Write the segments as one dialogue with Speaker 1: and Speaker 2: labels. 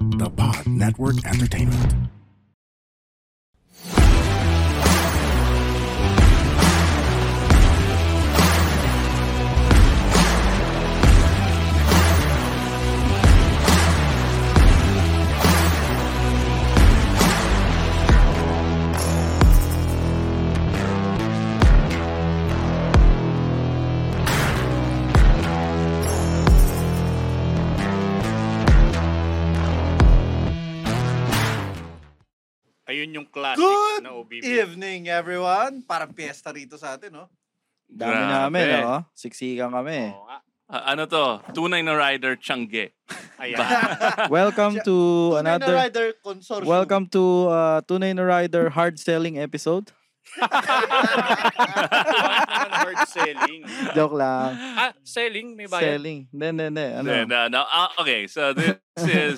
Speaker 1: the Pod Network Entertainment.
Speaker 2: Ayun yung classic
Speaker 3: Good
Speaker 2: na OBB.
Speaker 3: Evening, everyone. Parang piyesta rito sa atin, no?
Speaker 4: Dami
Speaker 5: Grabe.
Speaker 4: namin, oh. Siksikan kami.
Speaker 2: Oo nga.
Speaker 5: Ah, ano to? Tunay na rider, Changge.
Speaker 2: Ayan.
Speaker 4: Welcome to
Speaker 3: Tunay na
Speaker 4: another...
Speaker 3: Rider Consortium.
Speaker 4: Welcome to uh, Tunay na Rider hard selling episode.
Speaker 2: Bakit naman hard selling?
Speaker 4: Joke lang.
Speaker 2: Ah, selling? May bayan?
Speaker 4: Selling. Hindi, hindi, hindi. Ano?
Speaker 5: Then, uh, now, ah, okay, so this is...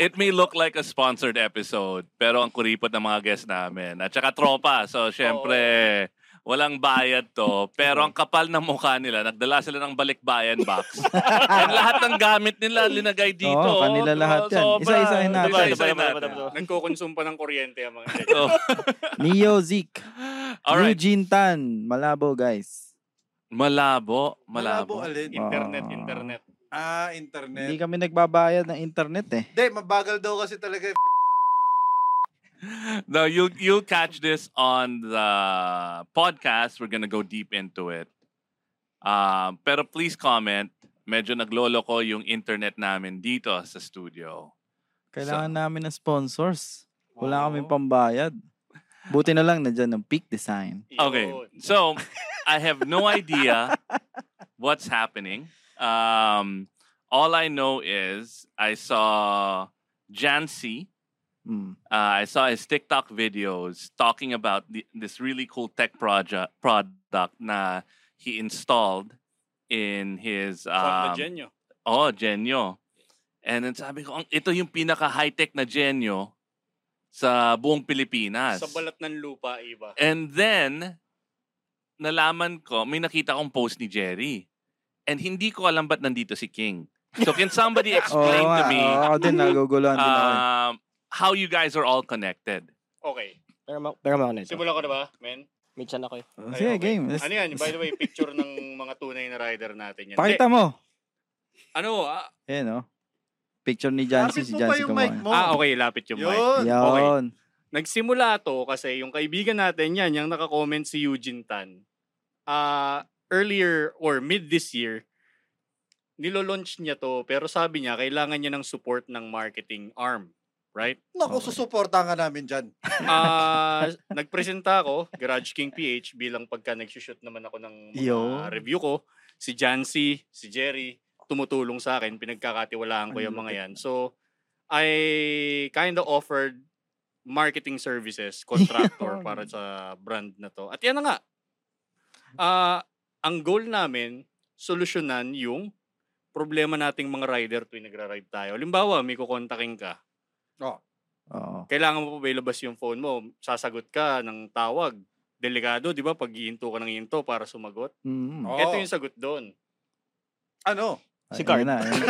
Speaker 5: It may look like a sponsored episode, pero ang kuripot ng mga guests namin. At saka tropa, so syempre... Walang bayad to, pero ang kapal ng mukha nila, nagdala sila ng balikbayan box. And lahat ng gamit nila linagay dito.
Speaker 4: Oo, kanila lahat yan.
Speaker 5: Sobra.
Speaker 4: Isa-isahin natin.
Speaker 2: Diba,
Speaker 5: Isa-isahin
Speaker 4: Daba, daba,
Speaker 5: natin.
Speaker 4: daba,
Speaker 2: Nagkukonsum pa ng kuryente ang mga ganyan.
Speaker 5: So,
Speaker 4: Neo Zeke.
Speaker 5: alright.
Speaker 4: Eugene Tan. Malabo, guys.
Speaker 5: Malabo,
Speaker 3: Malabo
Speaker 5: malabo.
Speaker 3: alin.
Speaker 2: Internet,
Speaker 4: Ah.
Speaker 2: internet.
Speaker 3: Ah,
Speaker 4: Hindi
Speaker 3: internet.
Speaker 4: kami nagbabayad ng internet eh.
Speaker 3: Hindi, mabagal daw kasi talaga. yung-
Speaker 5: No, you'll you'll catch this on the podcast. We're gonna go deep into it. Um, pero please comment. Medyo naglolo ko yung internet namin dito sa studio.
Speaker 4: Kailangan namin ng sponsors. Wala
Speaker 2: Oo.
Speaker 4: kaming pambayad. Buti na lang nandyan ng peak design.
Speaker 2: Yun.
Speaker 5: Okay, so I have no idea what's happening. Um, all I know is I saw Jancy.
Speaker 4: Mm.
Speaker 5: Uh, I saw his TikTok videos talking about the, this really cool tech project product na he installed in his
Speaker 2: Fuck the
Speaker 5: um,
Speaker 2: genyo.
Speaker 5: oh Genyo. And then sabi ko, "Ang- ito yung pinaka high-tech na Genyo sa buong Pilipinas.
Speaker 2: Sa balat ng lupa, iba.
Speaker 5: And then, nalaman ko, may nakita kong post ni Jerry. And hindi ko alam ba't nandito si King. So can somebody explain
Speaker 4: Oo
Speaker 5: to
Speaker 4: nga,
Speaker 5: me
Speaker 4: oo, ako din, naguguluhan din ako. eh.
Speaker 5: um, how you guys are all connected?
Speaker 2: Okay.
Speaker 6: Pero, ma- pero mauna ito.
Speaker 2: Simulan ko na ba, men?
Speaker 6: May tiyan ako eh.
Speaker 2: Ay,
Speaker 4: Sige,
Speaker 2: okay.
Speaker 4: game. Let's-
Speaker 2: Ano yan? By the way, picture ng mga tunay na rider natin yan.
Speaker 4: Pakita mo.
Speaker 2: Eh, ano? Ah,
Speaker 4: Ayan, oh. Picture ni Jancy,
Speaker 3: Lapit
Speaker 4: si
Speaker 3: mo pa
Speaker 4: Jancy
Speaker 3: yung mic
Speaker 4: kumain.
Speaker 3: mo.
Speaker 2: ah, okay. Lapit yung mic.
Speaker 3: Yun.
Speaker 4: Yun.
Speaker 2: Nagsimula to kasi yung kaibigan natin yan, yung nakakomment si Eugene Tan. Ah, earlier or mid this year, nilolaunch niya to pero sabi niya kailangan niya ng support ng marketing arm. Right?
Speaker 3: Naku,
Speaker 4: Okay.
Speaker 3: susuportahan ka namin dyan.
Speaker 2: Ah, nagpresenta ako, Garage King PH, bilang pagka nagsushoot naman ako ng mga
Speaker 4: Yo.
Speaker 2: review ko. Si Jancy, si Jerry, tumutulong sa akin. Pinagkakatiwalaan ko yung mga yan. So, I kind of offered marketing services, contractor para sa brand na to. At yan na nga. Ah, ang goal namin, solusyonan yung problema nating mga rider tuwing nagra-ride tayo. Halimbawa, may kukontakin ka
Speaker 4: Oo.
Speaker 2: kailangan mo pa ba ilabas yung phone mo? Sasagot ka ng tawag. Delikado, di ba? Pag iinto ka ng iinto para sumagot.
Speaker 4: Mm.
Speaker 3: Oo.
Speaker 2: Ito yung sagot doon.
Speaker 3: Ano?
Speaker 4: Ayan
Speaker 6: Si Card.
Speaker 4: na, ayan.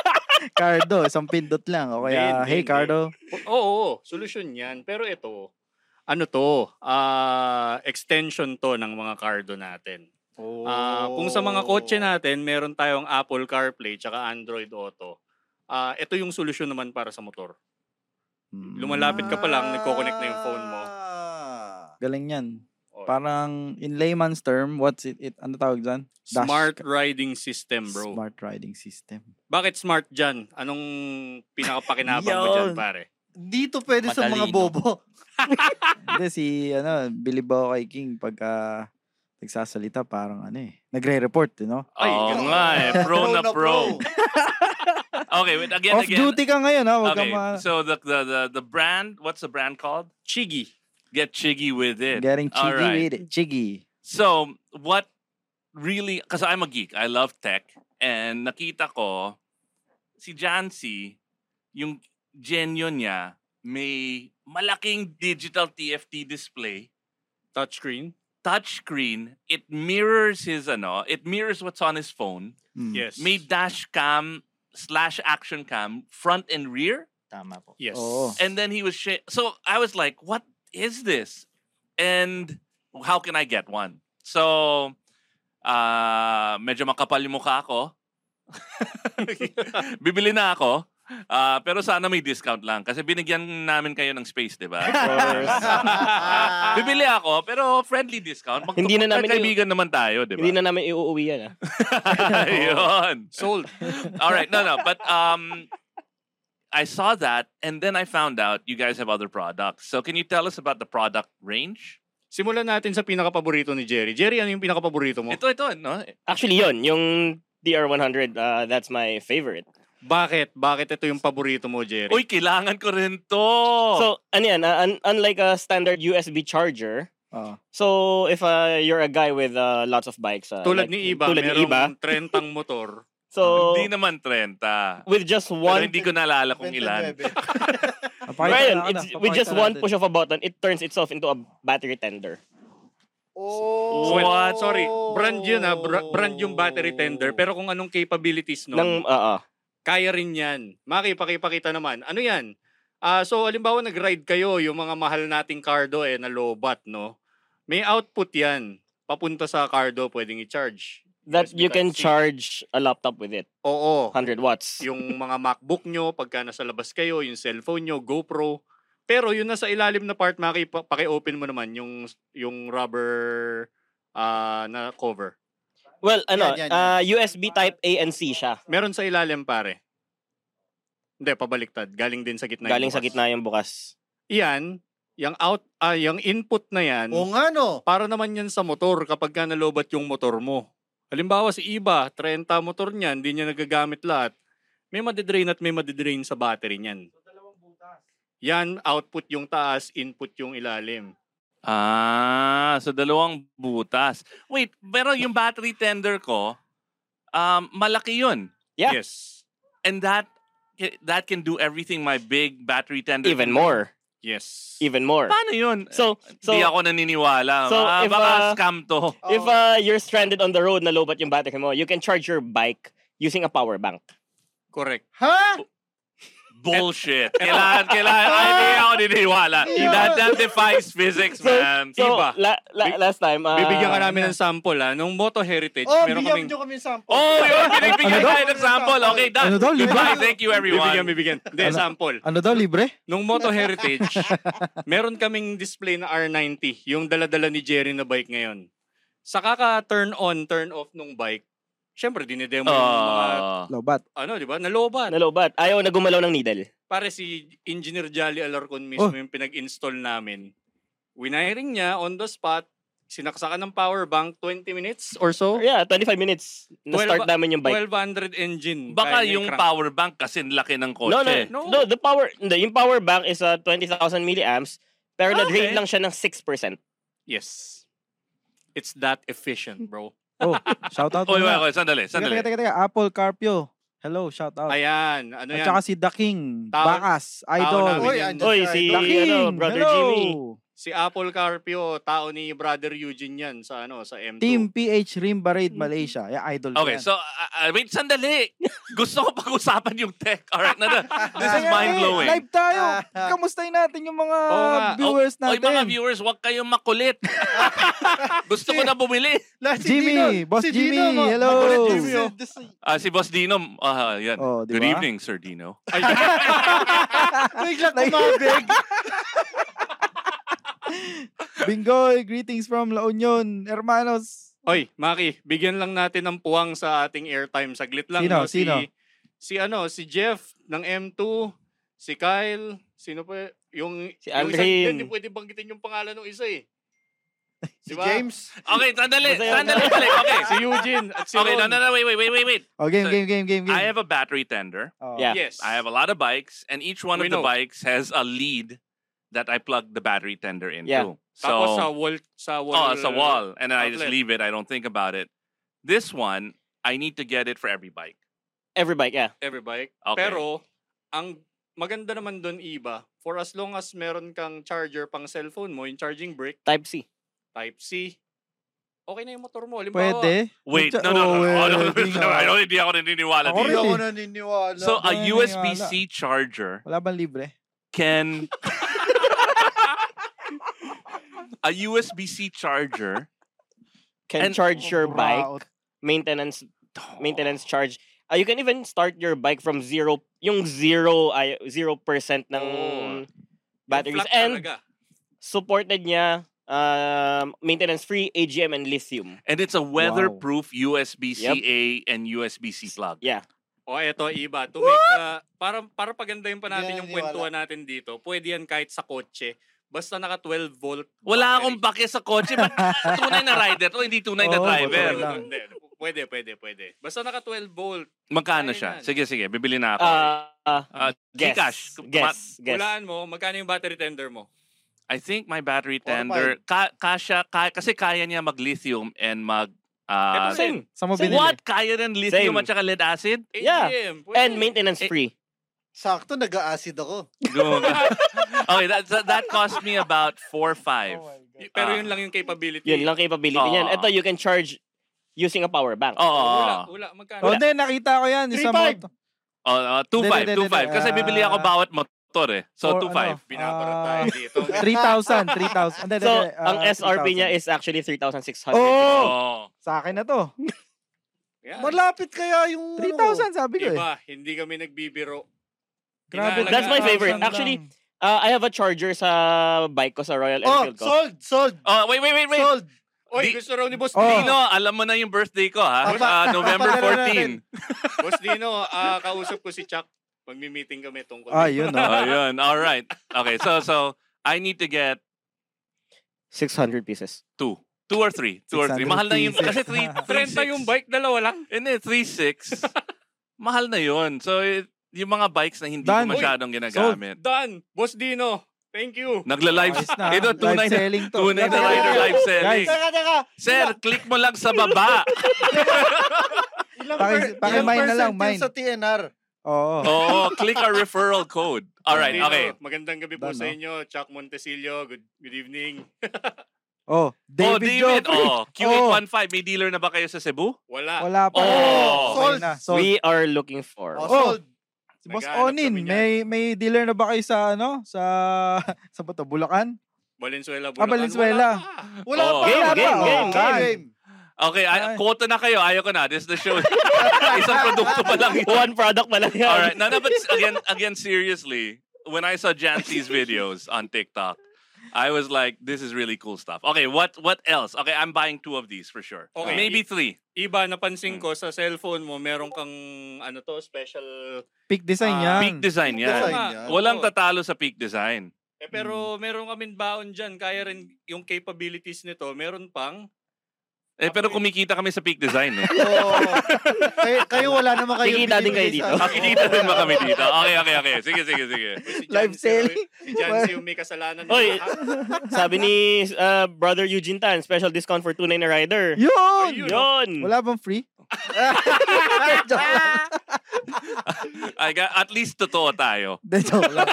Speaker 4: Cardo, isang pindot lang. O kaya,
Speaker 2: Hindi, hindi,
Speaker 4: hey
Speaker 2: hindi. O-
Speaker 4: Cardo.
Speaker 2: Oo, oo, solusyon yan. Pero ito, ano to? Ah, extension to ng mga cardo natin. Ah, kung sa mga
Speaker 4: Oh.
Speaker 2: kotse natin, meron tayong Apple CarPlay tsaka Android Auto. Ah, ito yung solusyon naman para sa motor.
Speaker 4: Mm.
Speaker 2: Lumalapit ka pa lang, nagko-connect na yung phone mo.
Speaker 3: Ah.
Speaker 4: Galing yan.
Speaker 2: Oh,
Speaker 4: Parang in layman's term, what's it, it ano tawag dyan? dash
Speaker 2: smart
Speaker 4: ka-
Speaker 2: riding system, bro.
Speaker 4: Smart riding system.
Speaker 2: Bakit smart dyan? Anong pinakapakinabang mo dyan,
Speaker 4: Yun.
Speaker 2: pare?
Speaker 3: Dito pwede sa mga
Speaker 6: Matalino.
Speaker 3: bobo.
Speaker 4: Hindi, si ano, bilibaw kay King pagka nagsasalita, parang ano eh. Nagre-report, you know?
Speaker 2: Ay,
Speaker 5: Oo
Speaker 2: ganun.
Speaker 5: nga eh. Pro na pro.
Speaker 3: pro.
Speaker 5: Okay, wait, again,
Speaker 4: Off
Speaker 5: again.
Speaker 4: duty ka ngayon, ha? Huwag
Speaker 5: Okay,
Speaker 4: ka ma...
Speaker 5: so the, the the the brand, what's the brand called?
Speaker 2: Chigi.
Speaker 5: Get Chiggy with it.
Speaker 4: Getting
Speaker 5: All
Speaker 4: chiggy
Speaker 5: right.
Speaker 4: with it. Chiggy.
Speaker 5: So, what really, because I'm a geek, I love tech, and nakita ko, si Jancy, yung genyo niya, may malaking digital TFT display,
Speaker 2: Touchscreen.
Speaker 5: touchscreen, it mirrors his, ano, it mirrors what's on his phone,
Speaker 4: Mm.
Speaker 2: Yes.
Speaker 5: may dash cam slash action cam, front and rear,
Speaker 7: Tama po.
Speaker 2: Yes.
Speaker 4: Oo.
Speaker 5: And then he was sh- so I was like, "What is this?" And how can I get one? So, uh, medyo makapal yung mukha ko. Bibili na ako. Ah, pero sana may discount lang kasi binigyan namin kayo ng space, 'di ba? Bibili ako pero friendly discount. Mag-
Speaker 6: Hindi na namin
Speaker 5: kaibigan naman tayo, 'di ba?
Speaker 6: Hindi na namin iuuwi yan ah.
Speaker 5: Ayun.
Speaker 2: Sold.
Speaker 5: All right, no, no, but um, I saw that, and then I found out you guys have other products. So can you tell us about the product range?
Speaker 2: Simulan natin sa pinakapaborito ni Jerry. Jerry, ano yung pinakapaborito mo?
Speaker 5: Ito, ito, no?
Speaker 6: Actually yon yung DR100, uh, that's my favorite.
Speaker 2: Bakit? Bakit ito yung paborito mo, Jerry?
Speaker 5: Uy, kailangan ko rin to.
Speaker 6: So, ano yan, uh, un- unlike a standard USB charger,
Speaker 4: Oo.
Speaker 6: so if uh, you're a guy with uh, lots of bikes, uh,
Speaker 2: tulad
Speaker 6: like-
Speaker 2: ni Iba,
Speaker 6: tulad ni
Speaker 2: merong
Speaker 6: Iba,
Speaker 2: 30 motor.
Speaker 6: so
Speaker 5: Ah, hindi naman 30.
Speaker 6: with just
Speaker 5: Pero
Speaker 6: one
Speaker 5: hindi ko naalala kung ilan.
Speaker 3: 29.
Speaker 4: Papakita
Speaker 6: Ryan,
Speaker 4: na, ano,
Speaker 6: it's, with
Speaker 4: papakita
Speaker 6: just one
Speaker 4: natin.
Speaker 6: push of a button, it turns itself into a battery tender.
Speaker 3: Oh.
Speaker 5: What?
Speaker 2: uh,
Speaker 5: Oh.
Speaker 2: Sorry, brand yun ha. Bra- brand yung battery tender. Pero kung anong capabilities nun,
Speaker 6: Ng, oo.
Speaker 2: kaya rin yan. Maki, pakipakita naman. Ano yan? Ah, so, alimbawa nag-ride kayo, yung mga mahal nating cardo eh, na lowbat, no? May output yan. Papunta sa cardo, pwedeng i-charge.
Speaker 6: that
Speaker 2: USB
Speaker 6: you can
Speaker 2: Type-C.
Speaker 6: charge a laptop with it.
Speaker 2: Oo.
Speaker 6: 100 watts.
Speaker 2: Yung mga MacBook nyo, pagka nasa labas kayo, yung cellphone nyo, GoPro. Pero yun nasa ilalim na part, Maki, pa- paki-open mo naman yung, yung rubber ah, na cover.
Speaker 6: Well, ano,
Speaker 3: Yan, yan, yan.
Speaker 6: uh, USB type A and C siya.
Speaker 2: Meron sa ilalim, pare. Hindi, pabaliktad. Galing din sa gitna. yung
Speaker 6: Galing sa
Speaker 2: bukas.
Speaker 6: gitna yung bukas.
Speaker 2: Yan, yung out, ah, yung input na yan,
Speaker 3: Oo nga no.
Speaker 2: para naman yan sa motor kapag ka nalobat yung motor mo. Halimbawa si Iba, 30 motor niya, hindi niya nagagamit lahat. May madidrain at may madidrain sa battery niyan. Yan, output yung taas, input yung ilalim.
Speaker 5: Ah, so dalawang butas. Wait, pero yung battery tender ko, um, malaki yun.
Speaker 6: Yeah.
Speaker 2: Yes.
Speaker 5: And that that can do everything my big battery tender.
Speaker 6: Even
Speaker 5: can do.
Speaker 6: more.
Speaker 2: Yes.
Speaker 6: Even more.
Speaker 5: Paano yun?
Speaker 6: So, so
Speaker 5: Hindi ako naniniwala.
Speaker 6: So,
Speaker 5: ah,
Speaker 6: if,
Speaker 5: baka
Speaker 6: uh,
Speaker 5: scam to.
Speaker 6: if uh, you're stranded on the road na lobat yung battery mo, you can charge your bike using a power bank.
Speaker 2: Correct.
Speaker 3: Ha?
Speaker 5: Bullshit. kailangan, kailangan. Ay, hindi ako niniwala.
Speaker 3: Yeah.
Speaker 5: That, that defies physics,
Speaker 6: So,
Speaker 5: man.
Speaker 6: so
Speaker 5: Iba.
Speaker 6: la- la-
Speaker 2: Bi-
Speaker 6: last time, uh,
Speaker 2: Bibigyan ka namin ng sample ha. Nung Moto Heritage,
Speaker 3: Oh,
Speaker 2: meron
Speaker 3: bigyan
Speaker 2: kaming...
Speaker 3: nyo kami ng sample.
Speaker 5: Oh, yun. Binigbigyan
Speaker 4: Ano daw?
Speaker 5: tayo ng sample. Okay, done.
Speaker 4: Ano daw,
Speaker 5: Goodbye.
Speaker 4: libre?
Speaker 5: Thank you,
Speaker 2: Bibigyan,
Speaker 5: everyone.
Speaker 2: bibigyan. Hindi,
Speaker 4: Ano?
Speaker 2: sample.
Speaker 4: Ano daw, libre?
Speaker 2: Nung Moto Heritage, meron kaming display na R90, yung daladala ni Jerry na bike ngayon. Sa kaka-turn on, turn off nung bike, syempre dinedemo yung mga,
Speaker 5: Oh.
Speaker 4: Lobat.
Speaker 2: ano, di ba? Naloban.
Speaker 6: na lobat. Ayaw na gumalaw ng needle.
Speaker 2: Pare si Engineer Jolly Alarcon mismo
Speaker 4: Oh.
Speaker 2: yung pinag-install namin. Winiring niya on the spot, sinaksakan ng power bank, 20 minutes or so.
Speaker 6: Yeah, 25 minutes. Na-start
Speaker 2: Twelve-
Speaker 6: namin yung bike.
Speaker 2: 1200 engine. Kaya
Speaker 5: Baka
Speaker 2: niya
Speaker 5: yung
Speaker 2: i-crank.
Speaker 5: power bank kasi laki ng kotse.
Speaker 6: No, no,
Speaker 2: No.
Speaker 6: no, The power, the, yung power bank is uh, 20,000 milliamps, pero
Speaker 5: Ah, Okay.
Speaker 6: na-drain lang siya ng 6%.
Speaker 2: Yes. It's that efficient, bro.
Speaker 4: Oh, shout out
Speaker 5: Oy,
Speaker 4: muna.
Speaker 5: wait, wait. Sandali,
Speaker 4: Teka,
Speaker 5: sandali.
Speaker 4: teka, teka, teka. Apple Carpio. Hello, shout out.
Speaker 2: Ayan. Ano
Speaker 4: At
Speaker 2: yan?
Speaker 4: saka si The King,
Speaker 2: Tao-
Speaker 4: Bakas,
Speaker 2: namin.
Speaker 4: Idol.
Speaker 3: Oy,
Speaker 2: yan.
Speaker 3: andyan
Speaker 6: Oy,
Speaker 3: siya,
Speaker 6: si-
Speaker 3: idol.
Speaker 4: The King,
Speaker 6: ano, Brother
Speaker 4: hello.
Speaker 6: Jimmy.
Speaker 2: Si Apple Carpio, tao ni Brother Eugene yan sa ano, sa M2.
Speaker 4: Team PH Rim Parade Malaysia. Yeah, idol ko
Speaker 5: Okay,
Speaker 4: yan.
Speaker 5: so, uh, uh, wait, sandali. Gusto ko pag-usapan yung tech. Alright, no, no. This is
Speaker 4: Kaya, eh,
Speaker 5: mind-blowing.
Speaker 4: Live tayo.
Speaker 3: Ah.
Speaker 4: Kamustahin natin yung mga
Speaker 2: Oo nga.
Speaker 4: viewers
Speaker 5: Oy,
Speaker 4: natin.
Speaker 5: oh, mga viewers, huwag kayong makulit. Gusto ko na bumili.
Speaker 3: Lahat si
Speaker 4: Jimmy,
Speaker 3: Dino.
Speaker 4: Boss
Speaker 3: Si
Speaker 4: Jimmy,
Speaker 3: Dino, ma-
Speaker 4: hello.
Speaker 3: makulit Jimmy, oh.
Speaker 5: Ah, si Boss Dino. Ah, yan.
Speaker 4: Oh, di
Speaker 5: Good
Speaker 4: ba?
Speaker 5: evening, Sir Dino.
Speaker 2: Ay,
Speaker 3: Biglang kumabig.
Speaker 4: Bingoy, greetings from La Union, hermanos.
Speaker 2: oy, Maki, bigyan lang natin ng puwang sa ating airtime. Saglit lang.
Speaker 4: Sino?
Speaker 2: no? Si,
Speaker 4: Sino?
Speaker 2: si ano, si Jeff ng M2, si Kyle, sino pa, yung,
Speaker 6: Si
Speaker 2: yung isa,
Speaker 6: Aldrin.
Speaker 2: hindi pwede banggitin yung pangalan ng isa eh.
Speaker 3: Si
Speaker 2: Diba?
Speaker 3: James.
Speaker 5: Okay, sandali.
Speaker 6: Masaya ka.
Speaker 5: Sandali. sandali. Okay.
Speaker 2: Si Eugene at si
Speaker 5: okay, no,
Speaker 2: Ron.
Speaker 5: no, no, wait, wait, wait, wait, wait.
Speaker 4: Oh, game,
Speaker 5: So,
Speaker 4: game, game, game, game.
Speaker 5: I have a battery tender.
Speaker 4: Oh.
Speaker 6: Yeah.
Speaker 2: Yes.
Speaker 5: I have a lot of bikes, and each one
Speaker 2: We
Speaker 5: of the
Speaker 2: know.
Speaker 5: bikes has a lead that I plug the battery tender into.
Speaker 6: Yeah.
Speaker 5: So,
Speaker 2: Tapos sa wall, sa wall.
Speaker 5: oh, it's a wall, and then I just
Speaker 2: outlet.
Speaker 5: leave it. I don't think about it. This one, I need to get it for every bike.
Speaker 6: Every bike, yeah.
Speaker 2: every bike.
Speaker 5: Okay.
Speaker 2: Pero, ang maganda naman doon, Iba, for as long as meron kang charger pang cellphone mo, yung charging brick,
Speaker 6: Type C.
Speaker 2: Type-C, okay na yung motor mo. Halimbawa,
Speaker 4: Pwede?
Speaker 5: oh. Wait,
Speaker 4: Tsa-
Speaker 5: no, no, no.
Speaker 4: oh,
Speaker 5: no,
Speaker 4: eh,
Speaker 5: no, no,
Speaker 4: hindi
Speaker 5: no,
Speaker 4: nga.
Speaker 5: I don't- Hindi ako naniniwala
Speaker 4: Ako
Speaker 3: Hindi
Speaker 5: dito.
Speaker 4: rin. eh.
Speaker 3: ako naniniwala.
Speaker 5: So, a
Speaker 4: Wala,
Speaker 5: USB-C charger
Speaker 4: Wala bang libre?
Speaker 5: can... a USB-C charger...
Speaker 6: Can
Speaker 5: And-
Speaker 6: charge your bike.
Speaker 4: Raot.
Speaker 6: Maintenance maintenance charge. Ah, you can even start your bike from zero, yung zero, ay, zero percent ng
Speaker 2: Oo.
Speaker 6: batteries.
Speaker 2: flat
Speaker 6: And
Speaker 2: talaga.
Speaker 6: supported niya um, maintenance-free AGM and lithium.
Speaker 5: And it's a weatherproof USB-C
Speaker 6: Yep.
Speaker 5: A and USB-C plug.
Speaker 6: Yeah.
Speaker 2: O eto, iba. To make, uh, para, para pagandahin pa
Speaker 3: Hindi
Speaker 2: natin
Speaker 3: na
Speaker 2: yung
Speaker 3: naniwala.
Speaker 2: kwentuhan natin dito, pwede yan kahit sa kotse. Basta naka 12 volt.
Speaker 5: Wala akong bake sa kotse. Ba't tunay na rider to? Hindi tunay
Speaker 6: Oh,
Speaker 5: na
Speaker 4: Oo,
Speaker 5: driver.
Speaker 4: motor lang.
Speaker 2: Hindi, Pwede, pwede, pwede. Basta naka 12 volt. Kaya
Speaker 5: Magkano siya?
Speaker 2: yan.
Speaker 5: Sige, sige. Bibili na ako.
Speaker 6: Uh, uh,
Speaker 5: Ah,
Speaker 6: guess,
Speaker 5: Gcash. Tuma-
Speaker 6: Guess. Guess.
Speaker 2: Hulaan mo, magkano yung battery tender mo?
Speaker 5: I think my battery
Speaker 3: Four or
Speaker 5: tender, ka, kasha, ka, kasi kaya niya mag-lithium and mag... ah,
Speaker 2: Eto, same.
Speaker 4: Sa mo
Speaker 6: Same.
Speaker 4: binili?
Speaker 5: what? Kaya ng lithium
Speaker 6: Same.
Speaker 5: at saka lead acid?
Speaker 6: Yeah.
Speaker 2: AGM, pwede.
Speaker 6: And maintenance-free.
Speaker 3: Sakto, nag-acid ako.
Speaker 5: okay, that, that, that cost me about four
Speaker 4: Oh
Speaker 5: five.
Speaker 2: Y- Pero yun lang yung capability.
Speaker 6: Yun lang capability niyan.
Speaker 5: Eh, Ah.
Speaker 6: Ito, you can charge using a power bank.
Speaker 5: Oo.
Speaker 2: Wala, wala.
Speaker 6: ano
Speaker 2: Magkano?
Speaker 4: Oh, hindi, nakita ko yan.
Speaker 3: 3.5.
Speaker 4: Isang motor.
Speaker 5: Oh, oh, two
Speaker 4: Hindi,
Speaker 5: five,
Speaker 4: hindi,
Speaker 5: two
Speaker 4: hindi,
Speaker 5: five. Kasi
Speaker 4: ah,
Speaker 5: bibili ako bawat motor eh. So
Speaker 4: Or
Speaker 5: two five.
Speaker 4: ano,
Speaker 2: Binabarat
Speaker 4: ah,
Speaker 2: tayo dito.
Speaker 4: 3,000, 3,000. Hindi,
Speaker 6: So,
Speaker 4: hindi,
Speaker 6: ang
Speaker 4: ah,
Speaker 6: SRP niya
Speaker 4: 3,000.
Speaker 6: is actually
Speaker 4: Oo!
Speaker 6: 3,600.
Speaker 5: Oh.
Speaker 4: Sa akin na to.
Speaker 6: Hmm.
Speaker 2: Yan.
Speaker 3: Malapit kaya yung... ano ko?
Speaker 4: 3,000 sabi ko eh.
Speaker 2: Diba? Hindi kami nagbibiro. Kinalagaan.
Speaker 4: Grabe,
Speaker 6: That's my favorite.
Speaker 4: 3,000 lang.
Speaker 6: Actually, Uh, I have a charger sa bike ko, sa Royal
Speaker 3: Oh,
Speaker 6: Enfield ko.
Speaker 3: sold, sold,
Speaker 5: oh, wait, wait, wait, wait.
Speaker 3: sold.
Speaker 2: Oy,
Speaker 5: Di-
Speaker 2: gusto raw ni Boss
Speaker 4: Oh.
Speaker 5: Dino,
Speaker 2: Dino.
Speaker 5: alam mo na yung birthday ko ha.
Speaker 3: Papa-
Speaker 5: Ah, November
Speaker 3: papadala
Speaker 5: 14.
Speaker 2: Boss Dino, ah, kausap ko si Chuck. Magmi-meeting kami tungkol.
Speaker 4: Ah,
Speaker 2: dito.
Speaker 4: yun
Speaker 5: Oh,
Speaker 4: oh.
Speaker 5: yun. All right. Okay, so so I need to get
Speaker 6: 600 pieces.
Speaker 5: two. Two or three. Two or three. Mahal na yung... Kasi three,
Speaker 2: 30 yung bike, dalawa lang.
Speaker 5: Hindi, 3.6. Mahal na yun. So, it- yung mga bikes na hindi
Speaker 4: Done.
Speaker 5: ko masyadong ginagamit.
Speaker 2: Done. Boss Dino, thank you.
Speaker 5: Nagla-live.
Speaker 4: Ayos na.
Speaker 5: Ito,
Speaker 4: Live
Speaker 5: tunay na,
Speaker 4: selling to.
Speaker 5: tunay na
Speaker 4: Teka,
Speaker 5: rider
Speaker 4: teka,
Speaker 5: live selling.
Speaker 4: Guys,
Speaker 3: Teka, teka.
Speaker 5: Sir, click mo lang sa baba.
Speaker 3: Ilang,
Speaker 4: Paki-
Speaker 3: per,
Speaker 4: paki-
Speaker 3: ilang
Speaker 4: mine na
Speaker 3: percent
Speaker 4: lang,
Speaker 3: yun
Speaker 4: mine.
Speaker 3: sa TNR?
Speaker 4: Oo.
Speaker 5: Oo, click our referral code. All right,
Speaker 2: Boss Dino,
Speaker 5: okay. Oh,
Speaker 2: Magandang gabi po
Speaker 4: Done,
Speaker 2: sa
Speaker 4: no?
Speaker 2: inyo. Chuck Montecillo, good, good evening.
Speaker 4: Oh,
Speaker 5: oh,
Speaker 4: David,
Speaker 5: David.
Speaker 4: Joffrey.
Speaker 5: Oh, Q815. May dealer na ba kayo sa Cebu?
Speaker 2: Wala.
Speaker 4: Wala pa.
Speaker 5: Oh.
Speaker 4: okay na. Sold.
Speaker 6: We are looking for.
Speaker 3: Oh,
Speaker 4: Oh.
Speaker 3: sold.
Speaker 4: Si Boss
Speaker 2: Naghahanap
Speaker 4: Onin,
Speaker 2: kami niyan.
Speaker 4: may may dealer na ba kayo sa ano? Sa sa ba to? Bulacan?
Speaker 2: Valenzuela,
Speaker 4: Ah,
Speaker 2: Wala
Speaker 4: Valenzuela.
Speaker 2: pa.
Speaker 3: Wala
Speaker 5: Oh.
Speaker 3: pa.
Speaker 6: Game,
Speaker 3: wala
Speaker 6: game,
Speaker 3: pa.
Speaker 6: game,
Speaker 4: game.
Speaker 5: Okay, ay,
Speaker 4: Ay.
Speaker 5: quota na kayo. Ayoko na. This is the show. Isang produkto pa lang. yun.
Speaker 6: One product pala yan.
Speaker 5: All right. No, no, but again, again, seriously, when I saw Jancy's videos on TikTok, I was like, "This is really cool stuff." Okay, what what else? Okay, I'm buying two of these for sure.
Speaker 2: Okay.
Speaker 5: maybe three.
Speaker 2: Iba, napansin ko sa cellphone mo, meron kang ano to, special
Speaker 4: Peak design
Speaker 2: Ah,
Speaker 4: yan.
Speaker 5: Peak design
Speaker 3: Design
Speaker 5: yan.
Speaker 2: nga.
Speaker 3: yan.
Speaker 5: Walang tatalo sa peak design.
Speaker 2: Eh, pero
Speaker 4: Hmm.
Speaker 2: meron kaming baon dyan. Kaya rin yung capabilities nito. Meron pang...
Speaker 5: Eh, pero kumikita kami sa peak design eh.
Speaker 3: Oo. kayo, Oh. kayo wala naman kayo.
Speaker 6: Kikita din kayo dito.
Speaker 5: Kumikita din Ah, ba kami dito? Okay, okay, okay. Sige, sige, sige.
Speaker 2: Si Jancy
Speaker 4: Live
Speaker 2: raw-
Speaker 4: selling.
Speaker 2: Si Jancy yung may kasalanan. dito,
Speaker 6: Oy.
Speaker 2: ha?
Speaker 6: Sabi ni uh, Brother Eugene Tan, special discount for 29 na rider.
Speaker 4: Yun!
Speaker 2: Ayun.
Speaker 6: Yun!
Speaker 4: Wala bang free? Joke lang.
Speaker 5: I got, at least totoo tayo.
Speaker 4: De, joke lang.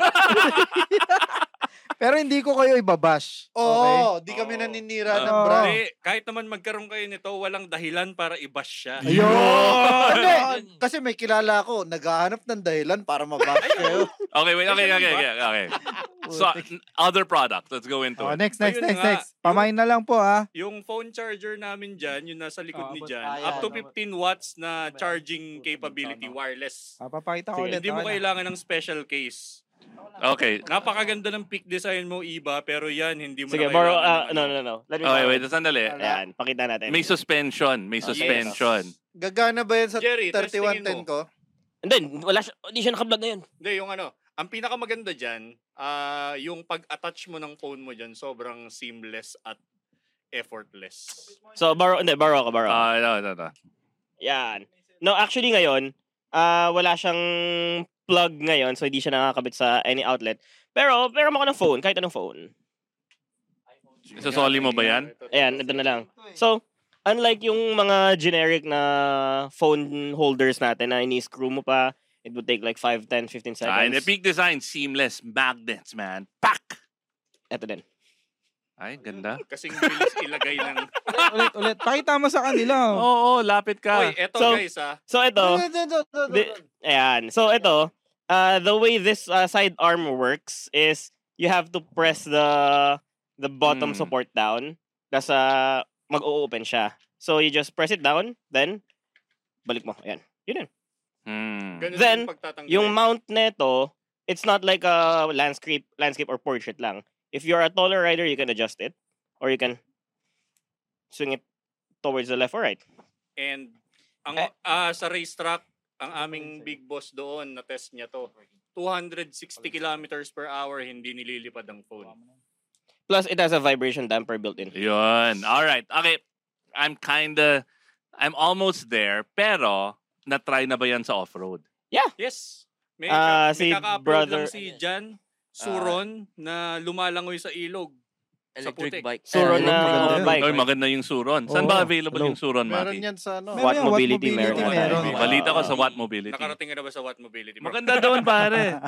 Speaker 4: Pero hindi ko kayo ibabash. Okay?
Speaker 3: Oo, di kami
Speaker 2: Oo.
Speaker 3: naninira
Speaker 5: Ah,
Speaker 3: ng brand.
Speaker 2: Hindi, Eh, kahit naman magkaroon kayo nito, walang dahilan para i-bash siya.
Speaker 5: Ayun.
Speaker 3: Hindi,
Speaker 2: Ayun.
Speaker 3: kasi may kilala ako, naghahanap ng dahilan para mabash kayo.
Speaker 5: Okay, wait. Okay, okay, okay. okay. So, other product. Let's go into
Speaker 4: Oh,
Speaker 5: it.
Speaker 4: next, next,
Speaker 2: Ayun
Speaker 4: next,
Speaker 2: nga.
Speaker 4: next. Pamain na lang po, ha?
Speaker 2: Yung phone charger namin dyan, yung nasa likod
Speaker 4: Ah,
Speaker 2: ni
Speaker 4: abot
Speaker 2: Jan,
Speaker 4: kaya,
Speaker 2: up to
Speaker 4: no?
Speaker 2: 15 watts na charging
Speaker 4: abot ng
Speaker 2: capability,
Speaker 4: tama.
Speaker 2: wireless.
Speaker 4: Papapakita ko ulit.
Speaker 6: Sige.
Speaker 2: Hindi mo
Speaker 4: okay na.
Speaker 2: kailangan ng special case.
Speaker 5: Okay.
Speaker 2: Napakaganda ng peak design mo, Iba, pero yan, hindi mo
Speaker 6: Sige,
Speaker 2: na
Speaker 6: borrow.
Speaker 2: kailangan
Speaker 6: Uh,
Speaker 2: ng
Speaker 6: no,
Speaker 2: ano.
Speaker 6: no, no. Let me
Speaker 5: Okay,
Speaker 6: borrow.
Speaker 5: wait. Sandali.
Speaker 6: Ayan, pakita natin.
Speaker 5: May suspension. May
Speaker 2: ano.
Speaker 6: Yes.
Speaker 5: suspension.
Speaker 3: Gagana ba yan sa
Speaker 2: Jerry, tapos tingin mo.
Speaker 3: 3110 ko?
Speaker 6: And then, wala siya, hindi siya nakablog ngayon.
Speaker 2: Hindi, yung ano, ang pinakamaganda dyan, ah yung pag-attach mo ng phone mo dyan, sobrang seamless at effortless.
Speaker 6: So, borrow, hindi, borrow ako, borrow.
Speaker 5: Ah, no, no, no.
Speaker 6: Uh, Yan. No, actually ngayon, ah wala siyang plug ngayon, so hindi siya nakakabit sa any outlet. Pero, pero ako ng phone, kahit anong phone.
Speaker 5: Sasoli mo ba yan?
Speaker 6: Ayan, ito na lang. So, unlike yung mga generic na phone holders natin na ini-screw mo pa, it would take like 5, 10, 15
Speaker 5: Ah, and the
Speaker 6: seconds.
Speaker 5: peak design, seamless magnets, man. Pack!
Speaker 6: Ito din.
Speaker 5: Ay, ganda.
Speaker 2: Kasing bilis ilagay ng...
Speaker 4: ulit, ulit. Pakita mo sa
Speaker 5: Oo,
Speaker 4: kanila.
Speaker 5: oh, lapit ka.
Speaker 2: Oy, eto
Speaker 6: So-
Speaker 2: guys ah.
Speaker 6: So ito,
Speaker 3: Di-
Speaker 6: Di- ayan. So ito, uh, the way this uh, sidearm works is you have to press the the bottom
Speaker 5: Hmm.
Speaker 6: support down. Tapos uh, mag-o-open siya. So you just press it down, then balik mo. Ayan.
Speaker 5: Hmm.
Speaker 2: Ganun
Speaker 6: Then,
Speaker 2: yung pagtatanggal.
Speaker 6: Yung mount neto, it's not like a landscape landscape or portrait lang. If you're a taller rider, you can adjust it. Or you can swing it towards the left or right.
Speaker 2: And ang
Speaker 6: Eh.
Speaker 2: ah, sa racetrack, ang aming big boss doon na test niya to. 260 kilometers per hour hindi nililipad ang phone.
Speaker 6: Plus, it has a vibration damper built in.
Speaker 5: Yun. All right. Okay. I'm kinda, I'm almost there, pero na-try na ba yan sa off-road?
Speaker 2: Yes. May,
Speaker 6: Ah,
Speaker 2: si kaka-upload
Speaker 6: si
Speaker 2: lang
Speaker 6: brother-
Speaker 2: si Jan Suron na lumalangoy sa ilog. Sa putik.
Speaker 7: Electric bike.
Speaker 6: Suron
Speaker 4: na
Speaker 5: Ay,
Speaker 4: bike.
Speaker 5: maganda yung Suron. Saan ba
Speaker 4: Oo.
Speaker 5: available
Speaker 4: Hello.
Speaker 5: yung Suron,
Speaker 3: Meron
Speaker 5: Mati?
Speaker 3: yan sa ano.
Speaker 4: Meron
Speaker 6: Watt
Speaker 4: yan,
Speaker 6: mobility meron.
Speaker 4: meron.
Speaker 5: May
Speaker 2: Wow.
Speaker 5: Balita ko sa Watt Mobility.
Speaker 2: Nakarating ka na ba sa Watt Mobility? Bro?
Speaker 5: Maganda doon, pare.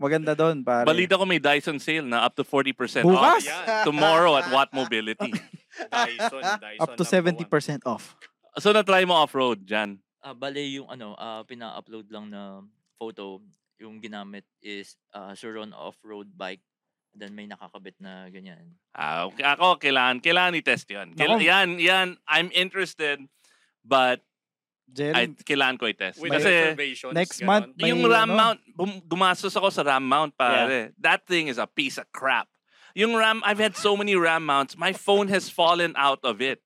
Speaker 4: Maganda doon, pare.
Speaker 5: Balita ko may Dyson sale na up to 40%
Speaker 4: Bukas!
Speaker 5: off. Tomorrow at Watt Mobility.
Speaker 2: Dyson, Dyson.
Speaker 4: Up to
Speaker 2: number
Speaker 4: 70%
Speaker 2: one.
Speaker 4: off.
Speaker 5: So, na-try mo off-road, Jan.
Speaker 7: Ah, bale yung ano, ah, pina-upload lang na photo, yung ginamit is ah, Suron off-road bike. Then may nakakabit na ganyan.
Speaker 5: Ah, okay. Ako, kailangan, kailangan i-test yun. Kaila-
Speaker 4: Nako.
Speaker 5: yan, yan. I'm interested, but I,
Speaker 4: Jerry,
Speaker 5: kailangan ko i-test.
Speaker 2: With
Speaker 4: May-
Speaker 5: Kasi,
Speaker 2: observations.
Speaker 4: next
Speaker 2: ganon.
Speaker 4: month, may
Speaker 5: yung RAM
Speaker 4: ano?
Speaker 5: mount, bum- gumastos ako sa RAM mount, pare. That thing is a piece of crap. Yung RAM, I've had so many RAM mounts. My phone has fallen out of it.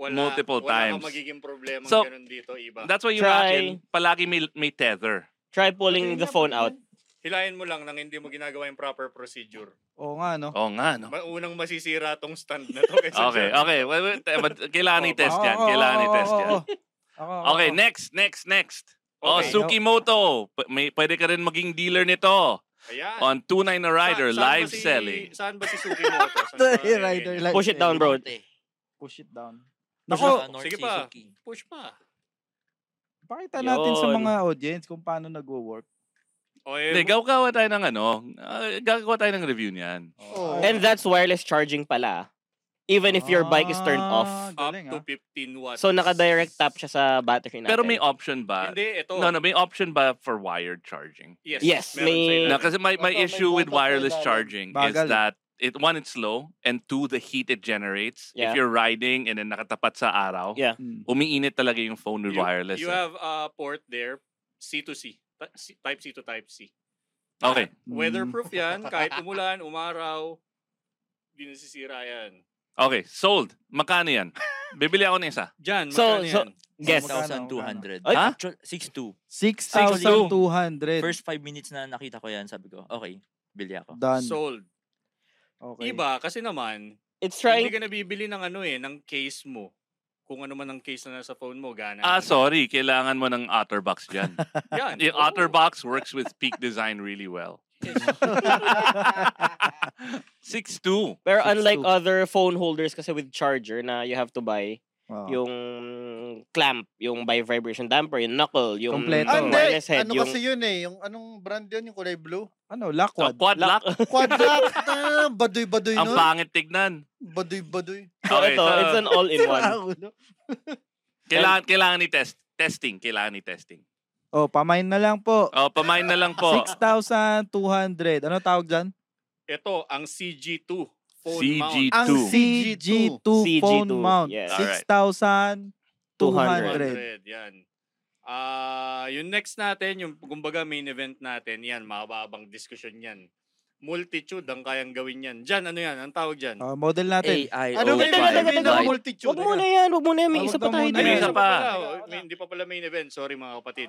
Speaker 2: wala,
Speaker 5: multiple
Speaker 2: wala
Speaker 5: times.
Speaker 2: Wala magiging problema
Speaker 5: So,
Speaker 2: ganun dito, iba.
Speaker 5: That's why yung
Speaker 6: Try.
Speaker 5: akin, palagi may, may tether.
Speaker 6: Try pulling the phone out.
Speaker 2: Hilahin mo lang nang hindi mo ginagawa yung proper procedure.
Speaker 4: oo nga, no?
Speaker 5: Oo nga, no?
Speaker 2: Ma- Unang masisira tong stand na to. kaysa
Speaker 5: Okay,
Speaker 2: dyan.
Speaker 5: okay. Well, well, eh, but kailangan
Speaker 2: Oh,
Speaker 5: i-test
Speaker 4: Oo,
Speaker 5: yan.
Speaker 4: oo,
Speaker 5: Kailangan
Speaker 4: oo,
Speaker 5: i-test
Speaker 4: oo,
Speaker 5: yan.
Speaker 4: oo. Oo, oo,
Speaker 5: Okay,
Speaker 4: oo.
Speaker 5: next, next, next. Oh,
Speaker 2: Okay.
Speaker 5: Sukimoto. P- may, pwede ka rin maging dealer nito.
Speaker 2: Ayan.
Speaker 5: On 29 na Oh,
Speaker 2: Sa-
Speaker 5: Rider,
Speaker 2: saan ba
Speaker 5: live
Speaker 2: si-
Speaker 5: selling.
Speaker 2: Saan ba si Suki mo to? Saan ba-
Speaker 4: Sorry, rider
Speaker 2: Ayan,
Speaker 4: light.
Speaker 6: Push it down, bro.
Speaker 7: Norte.
Speaker 4: Push it down.
Speaker 7: Sa
Speaker 4: Nako,
Speaker 7: North
Speaker 2: sige pa.
Speaker 7: Suzuki.
Speaker 2: ayan. Push pa.
Speaker 4: pakita natin sa
Speaker 6: Yun.
Speaker 4: mga audience kung paano nagwo-work.
Speaker 2: O, eh,
Speaker 5: Hindi, gagawa tayo ng ano. ah, gagawa tayo ng review niyan.
Speaker 3: Oh.
Speaker 6: And that's wireless charging pala. Even if your bike is turned
Speaker 4: Ah,
Speaker 6: off.
Speaker 2: up
Speaker 4: galing,
Speaker 2: to
Speaker 4: ah.
Speaker 2: 15 watts.
Speaker 6: So naka-direct tap siya sa battery natin.
Speaker 5: Pero may option ba?
Speaker 2: Hindi, ito.
Speaker 5: Ah, No, no, may option ba for wired charging?
Speaker 2: Yes.
Speaker 6: Yes,
Speaker 2: meron
Speaker 6: may-
Speaker 2: sa ilalim.
Speaker 5: No, kasi my, my
Speaker 3: Baka may
Speaker 5: issue with
Speaker 3: bata pa
Speaker 5: wireless
Speaker 2: eh.
Speaker 3: ilalim.
Speaker 5: charging is
Speaker 4: Bagal.
Speaker 5: that it one it's slow and two the heat it generates if
Speaker 6: Yeah.
Speaker 5: you're riding and then nakatapat sa araw.
Speaker 6: Yeah.
Speaker 4: Mm.
Speaker 5: Umiinit talaga yung phone with
Speaker 2: You-
Speaker 5: wireless.
Speaker 2: You
Speaker 5: eh.
Speaker 2: have a port there, C to C. Ta- C- Type C to Type C.
Speaker 5: okay.
Speaker 4: Hmm.
Speaker 2: Weatherproof yan. Kahit umulan, umaraw, di nasisira yan.
Speaker 5: Okay, sold. Magkano yan? Bibili ako ng isa.
Speaker 2: Jan,
Speaker 6: So-
Speaker 2: magkano
Speaker 6: so-
Speaker 2: yan?
Speaker 6: Guess.
Speaker 4: Magkano, magkano?
Speaker 7: 6,200.
Speaker 6: Ay!
Speaker 7: Ah? Actual, 6,200.
Speaker 4: 6,200.
Speaker 7: First 5 minutes na nakita ko yan, sabi ko, okay, bili ako.
Speaker 4: Done.
Speaker 2: Sold.
Speaker 4: okay.
Speaker 2: Iba, kasi naman,
Speaker 6: It's
Speaker 2: hindi ka
Speaker 6: trying
Speaker 2: nabibili ng ano eh, ng case mo. Kung ano man ang case na nasa phone mo, gana.
Speaker 5: Ah, sorry. Kailangan mo ng OtterBox dyan.
Speaker 2: Yan. Oh.
Speaker 5: Yung
Speaker 2: Oo.
Speaker 5: OtterBox works with peak design really well. 6'2".
Speaker 6: pero
Speaker 4: Six
Speaker 6: unlike
Speaker 4: two.
Speaker 6: other phone holders kasi with charger na you have to buy
Speaker 4: Oo.
Speaker 6: yung clamp, yung by vibration damper, yung knuckle, yung
Speaker 4: Kompleto.
Speaker 3: Ah, hindi.
Speaker 6: wireless head,
Speaker 3: Ano
Speaker 6: yung
Speaker 3: kasi yun eh. Yung anong brand yun? Yung kulay blue?
Speaker 5: So,
Speaker 4: ano, lakwad.
Speaker 5: quad lock.
Speaker 3: Quad lock na. Baduy-baduy nun.
Speaker 5: Ang pangit tignan.
Speaker 3: Baduy-baduy.
Speaker 6: So,
Speaker 5: Okay,
Speaker 6: ito,
Speaker 5: so,
Speaker 6: it's an all-in-one.
Speaker 5: kailangan, kailangan ni test. Testing. Kailangan ni testing.
Speaker 4: oh, pamain na lang po.
Speaker 5: Oh, pamain na lang po.
Speaker 4: 6,200. Ano tawag dyan?
Speaker 2: Ito, ang CG2 phone
Speaker 5: CG2.
Speaker 2: mount.
Speaker 3: Ang
Speaker 5: Two.
Speaker 4: CG2 phone
Speaker 6: CG2,
Speaker 4: mount.
Speaker 6: yes.
Speaker 5: Alright.
Speaker 4: 6,200.
Speaker 2: 100. Yan. Ah, yung next natin, yung kumbaga main event natin, yan, mababang discussion yan. Multitude ang kayang gawin yan. Jan, ano yan? Ang tawag dyan?
Speaker 4: Ah, model
Speaker 6: Eh,
Speaker 4: natin.
Speaker 7: AI.
Speaker 3: Ano ba yung
Speaker 6: teka, teka,
Speaker 3: sabihin
Speaker 6: teka,
Speaker 3: ng
Speaker 6: teka.
Speaker 3: multitude?
Speaker 6: Huwag muna yan, huwag muna yan. May
Speaker 4: Ah,
Speaker 6: isa
Speaker 4: wag
Speaker 6: pa
Speaker 4: na
Speaker 6: tayo
Speaker 2: eh.
Speaker 4: muna.
Speaker 6: dito.
Speaker 5: May isa pa.
Speaker 2: Wala, may- Hindi pa pala main event. Sorry mga kapatid.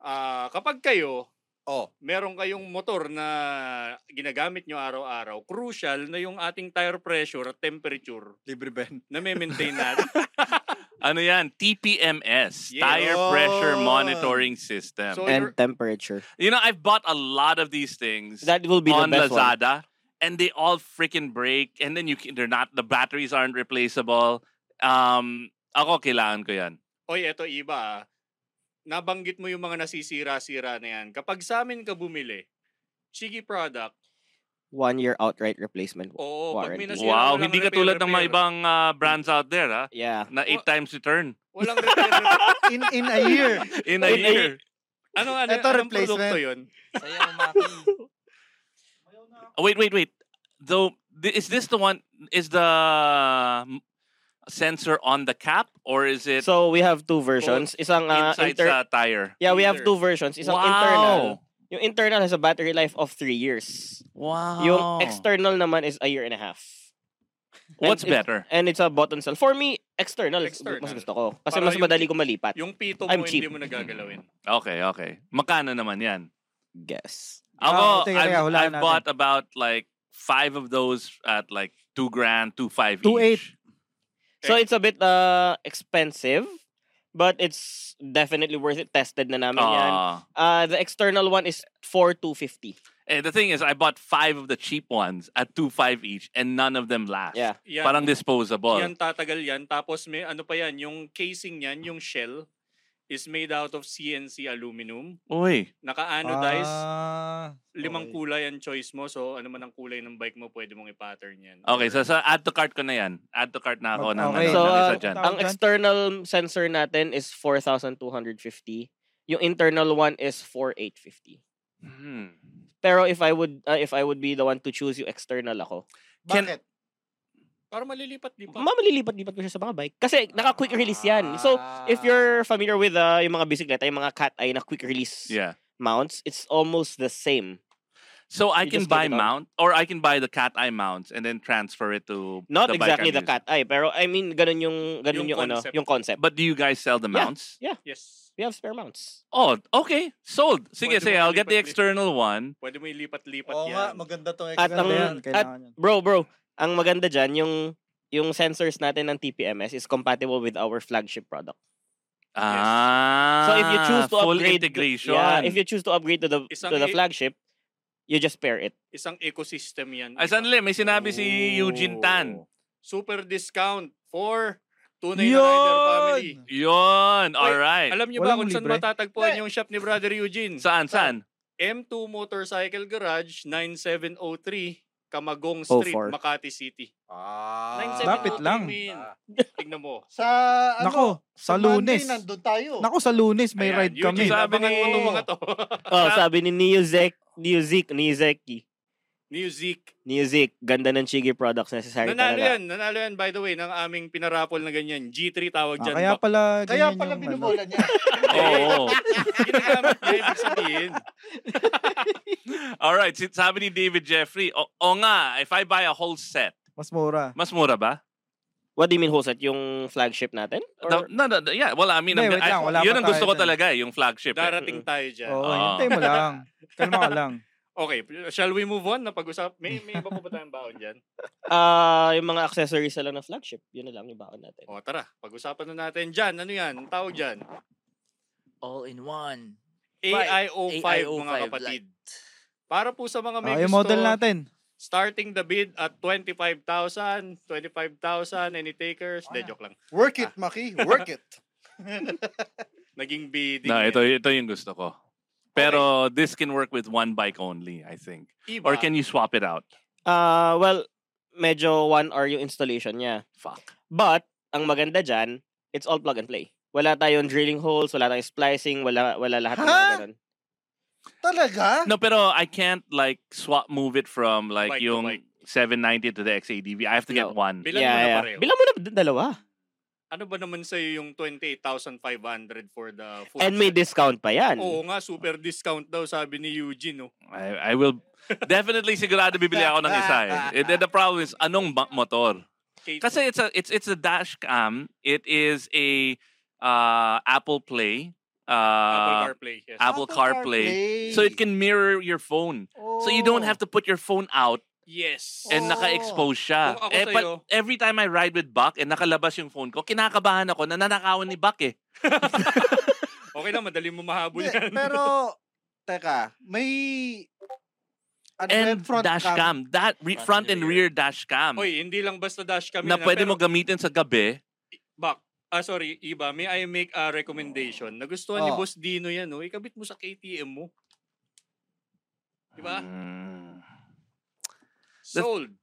Speaker 2: Ah, kapag kayo,
Speaker 3: Oh.
Speaker 2: meron kayong motor na ginagamit nyo araw-araw, crucial na yung ating tire pressure at temperature
Speaker 3: Libre Ben.
Speaker 2: na may maintain natin.
Speaker 5: Ano yan? TPMS.
Speaker 2: Yes.
Speaker 5: Tire Pressure
Speaker 3: Oh.
Speaker 5: Monitoring System.
Speaker 2: So,
Speaker 6: And
Speaker 2: you're-
Speaker 6: temperature.
Speaker 5: you know, I've bought a lot of these things.
Speaker 6: That will be the
Speaker 5: on
Speaker 6: best one.
Speaker 5: Lazada, and they all freaking break. And then you can, they're not the batteries aren't replaceable. Um, ako kailangan ko yan.
Speaker 2: Oy, eto iba. ah. Nabanggit mo yung mga nasisira-sira na yan. Kapag sa amin ka bumili, Chigi product,
Speaker 6: one year outright replacement.
Speaker 2: Oo, pag may
Speaker 6: Warranty.
Speaker 2: nasira,
Speaker 5: Wow,
Speaker 2: walang
Speaker 5: hindi
Speaker 2: repair,
Speaker 5: katulad ng mga
Speaker 2: repair.
Speaker 5: ibang ah, brands out there, ha?
Speaker 6: Yeah.
Speaker 5: Na eight times return
Speaker 2: Walang repair, repair.
Speaker 4: In, in a year.
Speaker 5: in a
Speaker 6: In a
Speaker 5: year.
Speaker 2: Ano, ano,
Speaker 4: Ito,
Speaker 2: anong
Speaker 4: replacement.
Speaker 2: produkto yun?
Speaker 7: Sayaw, Maki.
Speaker 5: Oh, wait, wait, wait. Though, th- is this the one? Is the mm, sensor on the cap or is it
Speaker 6: So we have two versions. Isang uh,
Speaker 5: inside
Speaker 6: inter-
Speaker 5: sa tire?
Speaker 6: Yeah, we have
Speaker 2: Either.
Speaker 6: two versions. Isang
Speaker 5: wow.
Speaker 6: internal. Yung internal has a battery life of three years.
Speaker 5: Wow.
Speaker 6: Yung external naman is a year and a half. And
Speaker 5: What's
Speaker 6: it's-
Speaker 5: better?
Speaker 6: And it's a button cell. For me, external, is-
Speaker 2: External.
Speaker 6: mas gusto ko. Kasi
Speaker 2: Para
Speaker 6: mas
Speaker 2: yung-
Speaker 6: madali ko malipat.
Speaker 2: Yung pito mo,
Speaker 6: I'm
Speaker 2: hindi
Speaker 6: cheap.
Speaker 2: mo nagagalawin.
Speaker 5: Okay, okay. Magkano naman 'yan?
Speaker 6: Guess.
Speaker 5: Ako,
Speaker 4: Ah, teka,
Speaker 5: I've,
Speaker 4: teka, hulaan
Speaker 5: I've
Speaker 4: natin.
Speaker 5: bought about like five of those at like two grand, two five
Speaker 4: Two eight.
Speaker 5: each.
Speaker 6: So it's a bit uh, expensive, but it's definitely worth it. Tested na namin yan.
Speaker 5: Ah.
Speaker 6: Uh, the external one is 4250.
Speaker 5: And Eh, the thing is, I bought five of the cheap ones at two five each, and none of them last.
Speaker 6: Yeah.
Speaker 2: Yan,
Speaker 5: Parang disposable.
Speaker 2: yan tatagal yan. Tapos may ano pa yan, yung casing niyan, yung shell, is made out of CNC aluminum.
Speaker 5: Uy.
Speaker 6: ano,
Speaker 2: Naka-anodized.
Speaker 4: Ah,
Speaker 2: limang
Speaker 4: okay.
Speaker 2: kulay ang choice mo. So, ano man ang kulay ng bike mo, pwede mong i-pattern yan.
Speaker 5: Okay, so sa add to cart ko na yan. Add to cart na ako ng, ano,
Speaker 4: Okay.
Speaker 6: So,
Speaker 5: ng isa
Speaker 6: uh,
Speaker 5: dyan.
Speaker 4: Tawag
Speaker 6: Ang
Speaker 4: dyan?
Speaker 6: external sensor natin is 4250. Yung internal one is 4850.
Speaker 5: Hmm.
Speaker 6: Pero if I would uh, if I would be the one to choose yung external ako,
Speaker 5: Can-
Speaker 4: Bakit?
Speaker 2: Para malilipat-lipat.
Speaker 6: mamalilipat-lipat ko siya sa mga bike. Kasi naka-quick release yan. So, if you're familiar with uh, yung mga bisikleta, yung mga cat eye na quick release
Speaker 5: Yeah.
Speaker 6: mounts, it's almost the same.
Speaker 5: So I
Speaker 6: You
Speaker 5: can
Speaker 6: just get
Speaker 5: buy
Speaker 6: it on.
Speaker 5: mount or I can buy the cat eye mounts and then transfer it to
Speaker 6: Not
Speaker 5: the bike
Speaker 6: exactly
Speaker 5: I'm
Speaker 6: the
Speaker 5: using.
Speaker 6: cat eye, pero I mean, ganun yung, ganun
Speaker 2: Yung
Speaker 6: yung, ano,
Speaker 2: concept.
Speaker 6: yung concept.
Speaker 5: But do you guys sell the
Speaker 6: Yeah.
Speaker 5: mounts?
Speaker 2: yes.
Speaker 6: We have spare mounts.
Speaker 5: Oh, okay. Sold. Sige,
Speaker 2: Pwede
Speaker 5: sige.
Speaker 2: mo
Speaker 5: I'll get the
Speaker 2: lipat-lipat.
Speaker 5: external one.
Speaker 2: Pwede mo ilipat-lipat
Speaker 3: Ah. Oo nga,
Speaker 2: yan.
Speaker 3: maganda tong
Speaker 6: At ang-
Speaker 4: Maganda yan,
Speaker 3: external.
Speaker 4: kailangan yan.
Speaker 6: Bro, bro, ang maganda dyan, yung, yung sensors natin ng TPMS is compatible with our flagship product.
Speaker 5: Ah.
Speaker 6: So if you choose to
Speaker 5: full
Speaker 6: upgrade,
Speaker 5: integration.
Speaker 6: yeah, if you choose to upgrade to the
Speaker 2: Isang
Speaker 6: to
Speaker 2: i-
Speaker 6: the flagship, you just pair it.
Speaker 2: Isang ecosystem yan.
Speaker 5: Ay, sandali. May sinabi si Eugene
Speaker 2: Oh.
Speaker 5: Tan.
Speaker 2: Super discount for
Speaker 6: Oh.
Speaker 2: Tunay na Rider Family.
Speaker 5: Yun.
Speaker 2: Wait,
Speaker 5: Alright.
Speaker 2: Alam niyo ba kung
Speaker 4: Walang
Speaker 2: saan
Speaker 4: libre?
Speaker 5: Eh.
Speaker 2: matatagpuan yung shop ni Brother Eugene? Sa
Speaker 5: Saan, saan?
Speaker 2: M2 Motorcycle Garage, 9703, Kamagong
Speaker 4: Oh,
Speaker 2: Street,
Speaker 6: 04.
Speaker 2: Makati City.
Speaker 3: Ah.
Speaker 2: 9703
Speaker 4: Lapit lang.
Speaker 2: Min.
Speaker 3: Ah.
Speaker 2: Tignan mo.
Speaker 4: Oh.
Speaker 3: Sa ano?
Speaker 4: Nako, sa
Speaker 3: Monday,
Speaker 4: lunes.
Speaker 3: Nandun tayo.
Speaker 4: Nako, sa lunes may
Speaker 2: Ayan,
Speaker 4: ride kami.
Speaker 2: Eugene,
Speaker 5: Sabi
Speaker 2: abangan
Speaker 5: ni-
Speaker 2: mo itong mga to.
Speaker 6: Oh, sabi ni Neo Zek, Neo Zek, Neo Zeki.
Speaker 2: Music.
Speaker 6: Neo Zek, ganda ng Chigi products necessary
Speaker 2: Nanalo
Speaker 6: talaga.
Speaker 2: yan. Nanalo yan, by the way, ng aming pinarapol na ganyan. G3 tawag
Speaker 4: Ah,
Speaker 2: dyan.
Speaker 4: kaya
Speaker 2: Bak-
Speaker 4: pala,
Speaker 3: Kaya
Speaker 4: ganyan
Speaker 3: pala
Speaker 4: yung, ano.
Speaker 3: binubola niya.
Speaker 5: Oo.
Speaker 2: Ginagamit niya, ibig sabihin.
Speaker 5: Alright. si- Sabi ni David Jeffrey, o, o nga, if I buy a whole set,
Speaker 4: Mas mura.
Speaker 5: mas mura ba?
Speaker 6: What do you mean, Hoset? Yung flagship natin?
Speaker 5: No,
Speaker 6: Or,
Speaker 5: no, no, no, yeah. Well, I mean, I'm-
Speaker 4: Hindi, wait lang,
Speaker 5: I-
Speaker 4: wala
Speaker 5: yun
Speaker 4: pa
Speaker 5: ang gusto
Speaker 4: tayo
Speaker 5: ko
Speaker 4: dyan.
Speaker 5: talaga, eh, yung flagship. eh.
Speaker 2: Darating tayo dyan.
Speaker 4: Oo,
Speaker 5: Ah.
Speaker 4: hintay mo lang. Kalma ka lang.
Speaker 2: Okay, shall we move on? Napag-usap. May, may iba pa ba tayong baon dyan?
Speaker 6: ah yung mga accessories na lang ng flagship, yun na lang yung baon natin.
Speaker 2: O, Oh, tara. Pag-usapan na natin dyan. Ano yan? Ang tawag dyan?
Speaker 7: All in one.
Speaker 2: AIO5,
Speaker 7: AIO5,
Speaker 2: mga kapatid. Para po sa mga may
Speaker 4: Ah, yung
Speaker 2: gusto,
Speaker 4: model natin.
Speaker 2: starting the bid at 25,000, 25,000, any takers? De, joke lang.
Speaker 3: Work it, Maki. Work it.
Speaker 2: Naging bidding.
Speaker 5: No,
Speaker 2: yan.
Speaker 5: ito, ito yung gusto ko. Pero this can work with one bike only, I think.
Speaker 2: Iba.
Speaker 5: Or can you swap it out?
Speaker 6: Ah, well, medyo one hour yung installation niya.
Speaker 5: Fuck.
Speaker 6: But, ang maganda dyan, it's all plug and play. Wala tayong drilling holes, wala tayong splicing, wala, wala lahat ng mga
Speaker 3: Ha?
Speaker 6: ganun.
Speaker 3: Talaga?
Speaker 5: No, pero I can't like swap move it from like
Speaker 2: Bike to
Speaker 5: yung
Speaker 2: bike.
Speaker 5: 790 to the XADV. I have to get
Speaker 6: No.
Speaker 5: one.
Speaker 2: Bilang
Speaker 6: yeah,
Speaker 2: mo na
Speaker 6: yeah.
Speaker 2: pareho.
Speaker 6: Bilang mo na d- dalawa.
Speaker 2: ano ba naman sa'yo yung 28,500 for the full
Speaker 6: And may
Speaker 2: set?
Speaker 6: discount pa yan.
Speaker 2: Oo nga, super discount daw sabi ni Eugene. Oh.
Speaker 5: I, I will definitely sigurado bibili ako ng isa eh. And then the problem is anong ba- motor?
Speaker 2: Kate-
Speaker 5: Kasi it's a it's it's a dash cam. It is a uh, Apple Play.
Speaker 2: Apple
Speaker 5: Uh,
Speaker 2: CarPlay. Yes.
Speaker 5: Apple CarPlay. So it can mirror your phone. So you don't have to put your phone out
Speaker 2: yes.
Speaker 5: and
Speaker 3: Oh.
Speaker 5: naka-expose siya.
Speaker 2: Kung ako
Speaker 5: Eh, but
Speaker 2: sa'yo-
Speaker 5: every time I ride with Buck and nakalabas yung phone ko, kinakabahan ako na nanakawan ni Buck eh.
Speaker 2: okay lang, madali mo mahabol
Speaker 3: Oh. Hindi,
Speaker 2: yan.
Speaker 3: Pero, teka, may... Ano ba yan?
Speaker 5: And
Speaker 3: front
Speaker 5: dash
Speaker 3: cam.
Speaker 5: cam. That re- front and rear dash cam.
Speaker 2: Oy, hindi lang basta dash kami.
Speaker 5: Na pwede mo gamitin sa gabi.
Speaker 2: Back. Ah, sorry, Iba, may I make a recommendation? Nagustuhan ni
Speaker 3: Oh.
Speaker 2: Boss Dino yan, no? Ikabit mo sa KTM mo. Diba?
Speaker 5: Mm.
Speaker 2: Sold.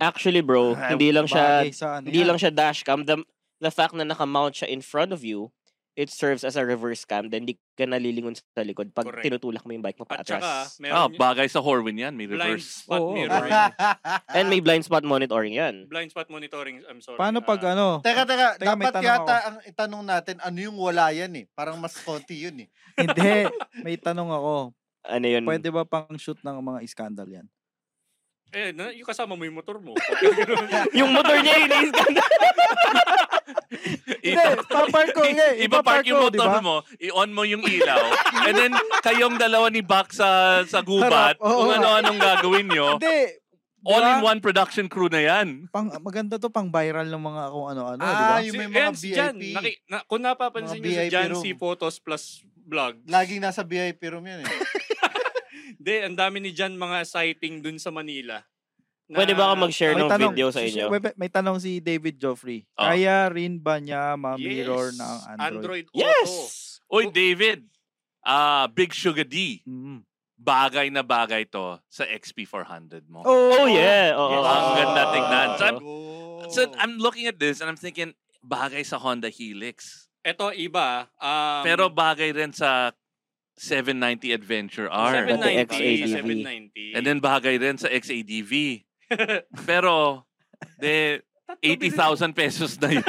Speaker 6: Actually, bro,
Speaker 2: Ah,
Speaker 6: hindi lang siya
Speaker 4: Bagay sa ano
Speaker 6: hindi
Speaker 4: yan.
Speaker 6: lang siya dash cam. The, the fact na nakamount siya in front of you, it serves as a reverse cam. Then, hindi ka nalilingon sa likod pag
Speaker 2: Correct.
Speaker 6: tinutulak mo yung bike mo
Speaker 2: At
Speaker 6: pa
Speaker 2: saka,
Speaker 6: atras.
Speaker 5: Ah,
Speaker 2: meron
Speaker 5: bagay sa Horwin yan. May
Speaker 2: blind
Speaker 5: reverse.
Speaker 2: spot
Speaker 6: Oo.
Speaker 2: mirroring.
Speaker 6: And
Speaker 4: Ah.
Speaker 6: may blind spot monitoring yan.
Speaker 2: blind spot monitoring, I'm sorry.
Speaker 4: Paano pag
Speaker 2: Ah,
Speaker 4: ano?
Speaker 3: Teka, teka.
Speaker 4: Teka, may
Speaker 3: dapat
Speaker 4: tanong
Speaker 3: yata
Speaker 4: ako.
Speaker 3: ang itanong natin, ano yung wala yan eh? Parang mas konti yun eh.
Speaker 4: Hindi. May tanong ako.
Speaker 6: Ano yun?
Speaker 4: Pwede ba pang shoot ng mga scandal yan?
Speaker 2: eh, na, yung kasama mo yung motor mo. Pag- ganun.
Speaker 6: yung motor niya yun,
Speaker 4: Hindi, papark ko. diba? Hindi,
Speaker 5: Iba park yung
Speaker 4: di
Speaker 5: motor
Speaker 4: ba?
Speaker 5: mo, i-on mo yung ilaw, and then kayong dalawa ni Bak sa, sa gubat,
Speaker 4: Harap, oo.
Speaker 5: kung ano-anong gagawin nyo,
Speaker 4: Hindi. Diba?
Speaker 5: all-in-one production crew na yan.
Speaker 4: Pang, maganda to pang viral ng mga kung ano-ano, diba? di ba?
Speaker 3: ah, yung may
Speaker 2: Ayan,
Speaker 3: mga
Speaker 2: si Jan,
Speaker 3: VIP.
Speaker 2: naki, na, kung napapansin
Speaker 3: Mga
Speaker 2: nyo si
Speaker 3: VIP
Speaker 2: Jan
Speaker 3: room.
Speaker 2: C. Photos plus vlog.
Speaker 3: Laging nasa VIP room yan eh.
Speaker 2: Hindi, ang dami ni Jan mga sighting dun sa Manila. na-
Speaker 6: Pwede ba ako mag-share ng video sa
Speaker 4: si- si-
Speaker 6: inyo?
Speaker 4: may, may tanong si David Joffrey.
Speaker 5: Ah.
Speaker 4: Kaya rin ba niya ma-mirror
Speaker 2: Yes,
Speaker 4: ng Android?
Speaker 2: Android Auto.
Speaker 5: Yes! Uy, David, ah Big Sugar D,
Speaker 4: Mm.
Speaker 5: bagay na bagay to sa XP400 mo.
Speaker 6: Oh, yeah. Oo.
Speaker 2: Yes.
Speaker 5: Ang ganda
Speaker 3: Ah,
Speaker 5: tignan. So, I'm-
Speaker 3: go.
Speaker 5: So I'm looking at this and I'm thinking, bagay sa Honda Helix.
Speaker 2: Ito iba. Um,
Speaker 5: Pero bagay rin sa 790 Adventure R.
Speaker 6: Pati
Speaker 2: 790, 790.
Speaker 6: XADV.
Speaker 5: And then bagay rin sa XADV. Pero, de, 80,000 pesos na yun.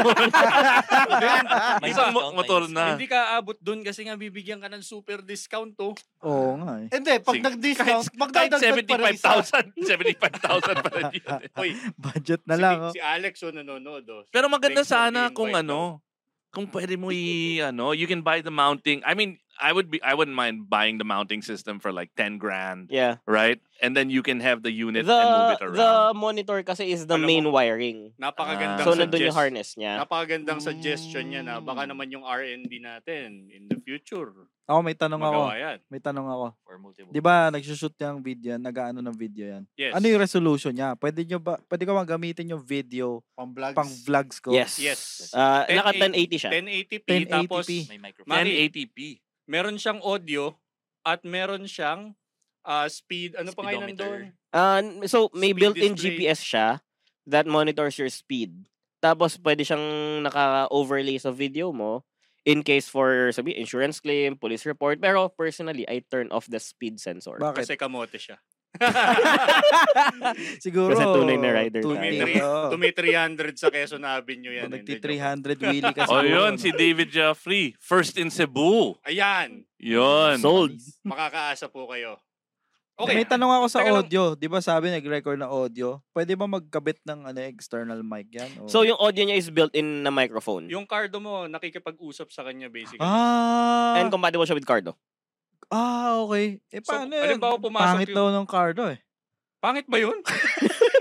Speaker 7: May
Speaker 5: Isang mo-
Speaker 7: discount na
Speaker 5: motor
Speaker 7: yun.
Speaker 5: na.
Speaker 2: Hindi ka abot dun kasi nga bibigyan ka ng super discount oh. to.
Speaker 4: Oo nga eh.
Speaker 3: Hindi, pag
Speaker 5: Sige.
Speaker 3: nag-discount,
Speaker 5: Kahit
Speaker 3: magdadagdag pa rin isa.
Speaker 5: 75,000. 75,000 pa rin yun. eh.
Speaker 2: Uy,
Speaker 4: Budget na lang. oh.
Speaker 2: si, si Alex yung nanonood. Oh.
Speaker 5: Pero maganda
Speaker 2: Thanks for
Speaker 5: sana
Speaker 2: the
Speaker 5: kung
Speaker 2: invite,
Speaker 5: ano, kung pwede mo i, ano, you can buy the mounting. I mean, I would be, I wouldn't mind buying the mounting system for like 10 grand,
Speaker 6: Yeah.
Speaker 5: right? And then you can have the unit and move
Speaker 6: The,
Speaker 5: it
Speaker 6: the
Speaker 5: around.
Speaker 6: monitor kasi is
Speaker 2: Alam
Speaker 6: the
Speaker 2: mo,
Speaker 6: main wiring.
Speaker 2: Napakagandang
Speaker 5: Ah.
Speaker 6: So,
Speaker 5: Ang
Speaker 6: nandun yung
Speaker 2: suggest-
Speaker 6: harness niya.
Speaker 2: Napakagandang suggestion niya na baka
Speaker 3: Mm.
Speaker 2: naman yung R&D natin in the future.
Speaker 4: Ako may tanong ako.
Speaker 2: magawa yan.
Speaker 4: May tanong ako.
Speaker 7: For multiple.
Speaker 4: Di ba nagsushoot yung video yan? Nagaano ng video yan?
Speaker 2: Yes.
Speaker 4: Ano yung resolution niya? Pwede nyo ba, pwede ko bang gamitin yung video
Speaker 3: Pang-vlogs.
Speaker 4: pang vlogs ko?
Speaker 6: Yes.
Speaker 2: Yes.
Speaker 6: Ah,
Speaker 2: 1080
Speaker 6: naka 1080 siya.
Speaker 2: 1080p,
Speaker 4: 1080p.
Speaker 2: tapos
Speaker 7: May microphone.
Speaker 2: Mari.
Speaker 5: 1080p.
Speaker 2: meron siyang audio at meron siyang ah, speed, ano pa nga yun
Speaker 7: Speedometer.
Speaker 2: doon?
Speaker 6: Ah, n- so may
Speaker 2: Speed
Speaker 6: built-in
Speaker 2: display.
Speaker 6: GPS siya that monitors your speed. Tapos pwede siyang naka-overlay sa video mo in case for sabi insurance claim, police report. Pero personally, I turn off the speed sensor.
Speaker 4: Bakit?
Speaker 2: Kasi kamote siya.
Speaker 4: Siguro.
Speaker 6: Kasi tunay na rider tayo.
Speaker 4: tunay, oo.
Speaker 2: Tumi 300 sa Quezon Avenue yan.
Speaker 4: Pag
Speaker 2: hindi, joke.
Speaker 4: Nagti-300 wheelie kasi.
Speaker 5: O Oh, yun, si David Joffrey. First in Cebu.
Speaker 2: Ayan,
Speaker 5: Yun.
Speaker 6: Sold.
Speaker 2: makakaasa po kayo.
Speaker 4: May
Speaker 2: Okay,
Speaker 4: tanong ako sa
Speaker 2: Teka lang.
Speaker 4: audio. Di ba sabi nag-record na audio? Pwede ba magkabit ng ano, external mic yan? O-
Speaker 6: So yung audio niya is built-in na microphone.
Speaker 2: yung cardo mo, nakikipag-usap sa kanya basically.
Speaker 4: Ah,
Speaker 6: And compatible siya with Cardo.
Speaker 4: ah, okay. Eh,
Speaker 2: So,
Speaker 4: paano yun?
Speaker 2: halimbawa pumasok
Speaker 4: Pangit
Speaker 2: yung-
Speaker 4: daw ng cardo eh.
Speaker 2: Pangit ba yun?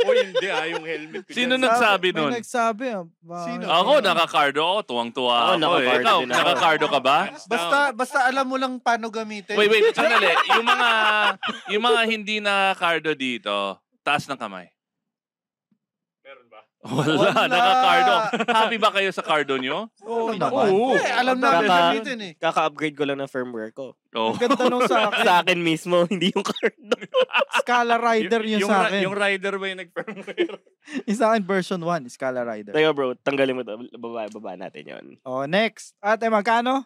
Speaker 2: o hindi ah, yung helmet ko.
Speaker 5: Sino
Speaker 2: dyan.
Speaker 5: nag- Nagsabi
Speaker 4: Sabi-
Speaker 5: nun.
Speaker 4: May nagsabi. ah, ba-
Speaker 3: Sino?
Speaker 5: Ako, nakakardo ako. Tuwang-tuwa
Speaker 6: Oo,
Speaker 5: ako. eh.
Speaker 6: nakakardo
Speaker 5: Ikaw,
Speaker 6: din ako.
Speaker 5: nakakardo ka ba?
Speaker 2: Hands down.
Speaker 3: Basta, basta alam mo lang paano gamitin.
Speaker 5: Wait, wait. Sandali. Yung mga, yung mga hindi nakakardo dito, taas ng kamay.
Speaker 2: Meron ba?
Speaker 5: Wala,
Speaker 3: Wala.
Speaker 5: nakakardo. Happy ba kayo sa cardo nyo?
Speaker 4: Oo
Speaker 2: Sabi
Speaker 4: naman.
Speaker 2: naman.
Speaker 3: Eh, alam na
Speaker 6: Baka-
Speaker 3: gamitin eh.
Speaker 6: Kaka-upgrade ko lang ng firmware ko.
Speaker 5: Oh.
Speaker 4: Ang ganda nung sa akin.
Speaker 6: Sa akin mismo, hindi yung Cardo.
Speaker 4: Scala Rider yun
Speaker 2: yung, ri-
Speaker 4: sa akin.
Speaker 2: Yung rider ba yung nag-firmware?
Speaker 4: Yung sa akin version 1, Scala Rider.
Speaker 6: Tayo bro, tanggalin mo 'to. Baba, baba natin yon.
Speaker 4: Oh, next. Ate, magkano?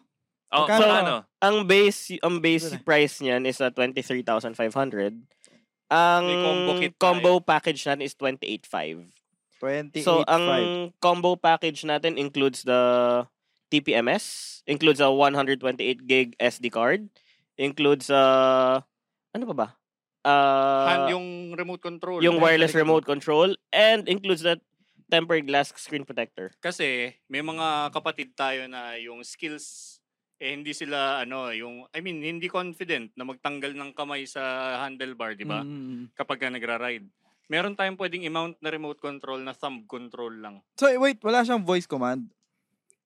Speaker 5: Oh,
Speaker 4: Magkano?
Speaker 5: so ano?
Speaker 6: ang base ang base
Speaker 4: Wala.
Speaker 6: price niyan is uh, 23,500. Ang
Speaker 2: May combo
Speaker 6: combo,
Speaker 2: kit tayo.
Speaker 6: package natin is 28,500.
Speaker 4: 28.5.
Speaker 6: So ang combo package natin includes the TPMS, includes a 128 gig SD card, includes a ano pa ba?
Speaker 2: Han,
Speaker 6: Uh,
Speaker 2: yung remote control.
Speaker 6: yung wireless remote control and includes that tempered glass screen protector.
Speaker 2: Kasi may mga kapatid tayo na yung skills eh hindi sila ano yung I mean hindi confident na magtanggal ng kamay sa handlebar, di ba?
Speaker 4: Mm.
Speaker 2: Kapag ka nagra-ride. Meron tayong pwedeng i-mount na remote control na thumb control lang.
Speaker 4: So, wait, wala siyang voice command.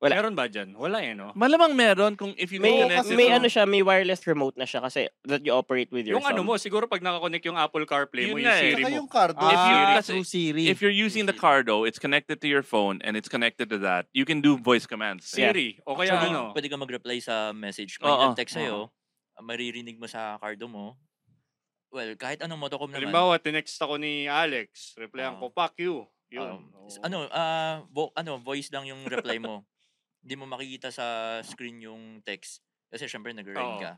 Speaker 6: Wala.
Speaker 2: Meron ba dyan? Wala eh, no?
Speaker 5: Malamang meron kung if you can
Speaker 6: May
Speaker 5: connect it
Speaker 6: may
Speaker 5: to-
Speaker 6: ano siya, may wireless remote na siya kasi that you operate with your
Speaker 2: Yung ano mo,
Speaker 6: thumb.
Speaker 2: siguro pag nakakonect yung Apple CarPlay mo,
Speaker 5: Yun
Speaker 2: yung
Speaker 5: nga eh.
Speaker 2: Siri
Speaker 3: Saka
Speaker 2: mo.
Speaker 3: yung cardo.
Speaker 5: Ah.
Speaker 4: Ah,
Speaker 5: kasi-
Speaker 4: through Siri.
Speaker 5: If you're using the cardo, it's connected to your phone and it's connected to that. You can do voice commands.
Speaker 6: Yeah.
Speaker 2: Siri, o kaya
Speaker 7: Actually,
Speaker 2: ano.
Speaker 7: Pwede ka mag-reply sa message. May
Speaker 5: Oo,
Speaker 7: Ah,
Speaker 5: oo.
Speaker 7: text sa'yo, maririnig mo sa cardo mo, well, kahit anong motocom naman.
Speaker 2: Halimbawa, tinext ako ni Alex. Replyan ko,
Speaker 7: Oo.
Speaker 2: fuck you. Yun.
Speaker 7: um, s-
Speaker 2: Oo.
Speaker 7: ano, ah, vo- ano, voice lang yung reply mo. Hindi mo makikita sa screen yung text. Kasi syempre nag-ride
Speaker 2: Oo.
Speaker 7: ka.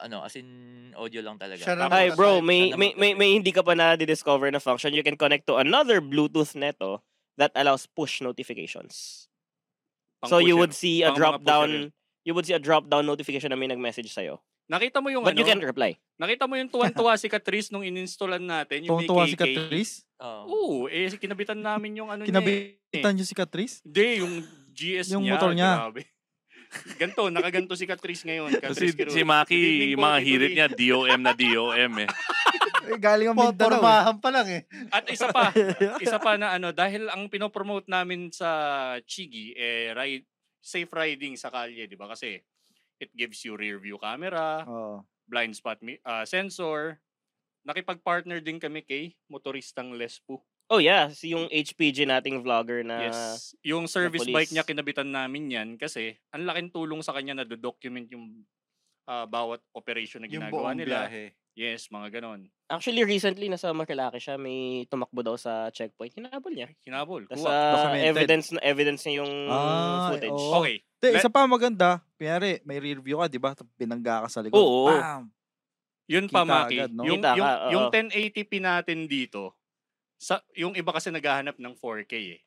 Speaker 7: Ano, as in audio lang talaga.
Speaker 3: Siya na-
Speaker 6: Ay, bro, may,
Speaker 7: Sana
Speaker 6: may, may, may hindi ka pa na-discover na function. You can connect to another Bluetooth neto that allows push notifications.
Speaker 2: Pang
Speaker 6: so
Speaker 2: pusher.
Speaker 6: you would see
Speaker 2: Pang
Speaker 6: a
Speaker 2: mga
Speaker 6: drop
Speaker 2: pusher
Speaker 6: down you would see a drop down notification na may nag-message sa'yo.
Speaker 2: Nakita mo yung
Speaker 6: But
Speaker 2: ano?
Speaker 6: you can't reply.
Speaker 2: Nakita mo yung tuwan-tuwa si Catrice nung ininstallan natin, yung
Speaker 4: Tuwang-tuwa si
Speaker 2: BKK.
Speaker 4: Catrice.
Speaker 7: Oo.
Speaker 2: Oo, eh kinabitan namin yung ano niya. eh.
Speaker 4: Kinabitan niyo si Catrice?
Speaker 2: Hindi, yung GS
Speaker 4: Yung
Speaker 2: niya.
Speaker 4: motor niya.
Speaker 2: Grabe. Ganto, nakaganto si Catrice ngayon. Catrice
Speaker 5: Kasi
Speaker 2: Quiroz. Good
Speaker 5: si
Speaker 2: evening
Speaker 5: Maki,
Speaker 2: po,
Speaker 5: mga
Speaker 2: Tito
Speaker 5: hirit
Speaker 2: Lee.
Speaker 5: niya, DOM na DOM eh.
Speaker 4: Eh, Galing ang Mindanao. eh.
Speaker 3: Pormahan pa lang eh.
Speaker 2: At isa pa, isa pa na ano, dahil ang pinopromote namin sa Chigi, eh, ride, safe riding sa kalye, di ba? Kasi it gives you rear view camera,
Speaker 4: Oo.
Speaker 2: blind spot mi- ah, sensor. Nakipag-partner din kami kay motoristang Lespo.
Speaker 6: Oh yeah, si yung HPG nating vlogger na
Speaker 2: yes. Yung service
Speaker 6: police.
Speaker 2: bike niya, kinabitan namin yan kasi ang laking tulong sa kanya na document yung ah, bawat operation na
Speaker 3: Yung
Speaker 2: ginagawa
Speaker 3: buong
Speaker 2: nila.
Speaker 3: biyahe.
Speaker 2: Yes, mga ganon.
Speaker 6: Actually recently nasa Makilaki siya, may tumakbo daw sa checkpoint. Hinabol niya.
Speaker 2: Hinabol. kuha.
Speaker 6: Tapos ah, oh,
Speaker 4: documented.
Speaker 6: evidence na evidence niya yung
Speaker 4: Ah,
Speaker 6: footage.
Speaker 4: oo.
Speaker 2: okay.
Speaker 4: Te,
Speaker 2: Let-
Speaker 4: isa pa maganda, kunyari, may rear view ka, di ba? Binangga ka sa likod.
Speaker 6: Oo.
Speaker 4: Bam!
Speaker 2: Yun pa,
Speaker 4: Kita
Speaker 2: Maki.
Speaker 4: agad, no?
Speaker 2: Yung,
Speaker 6: Kita ka,
Speaker 2: yung, yung
Speaker 6: oo.
Speaker 2: 1080p natin dito, sa, yung iba kasi naghahanap ng 4K eh.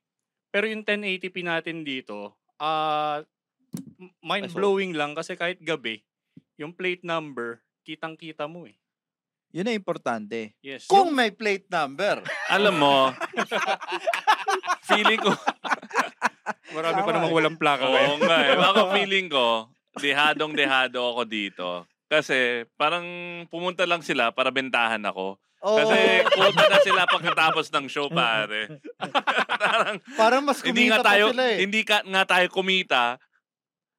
Speaker 2: Pero yung 1080p natin dito, ah m- mind-blowing lang kasi kahit gabi, yung plate number, kitang-kita mo eh.
Speaker 4: Yun ang importante.
Speaker 2: Yes.
Speaker 3: Kung
Speaker 2: yung-
Speaker 3: may plate number.
Speaker 5: Alam mo, feeling ko,
Speaker 2: marami pa
Speaker 4: Tama
Speaker 2: namang
Speaker 4: eh.
Speaker 2: walang plaka
Speaker 5: oo
Speaker 2: ngayon.
Speaker 5: nga eh. Ako feeling ko, dehadong-dehado ako dito. Kasi parang pumunta lang sila para bentahan ako.
Speaker 3: Oh,
Speaker 5: Kasi pumunta na sila pagkatapos ng show, pare. parang
Speaker 3: parang mas
Speaker 5: hindi nga
Speaker 3: kumita
Speaker 5: tayo,
Speaker 3: pa sila eh.
Speaker 5: hindi ka, nga tayo kumita,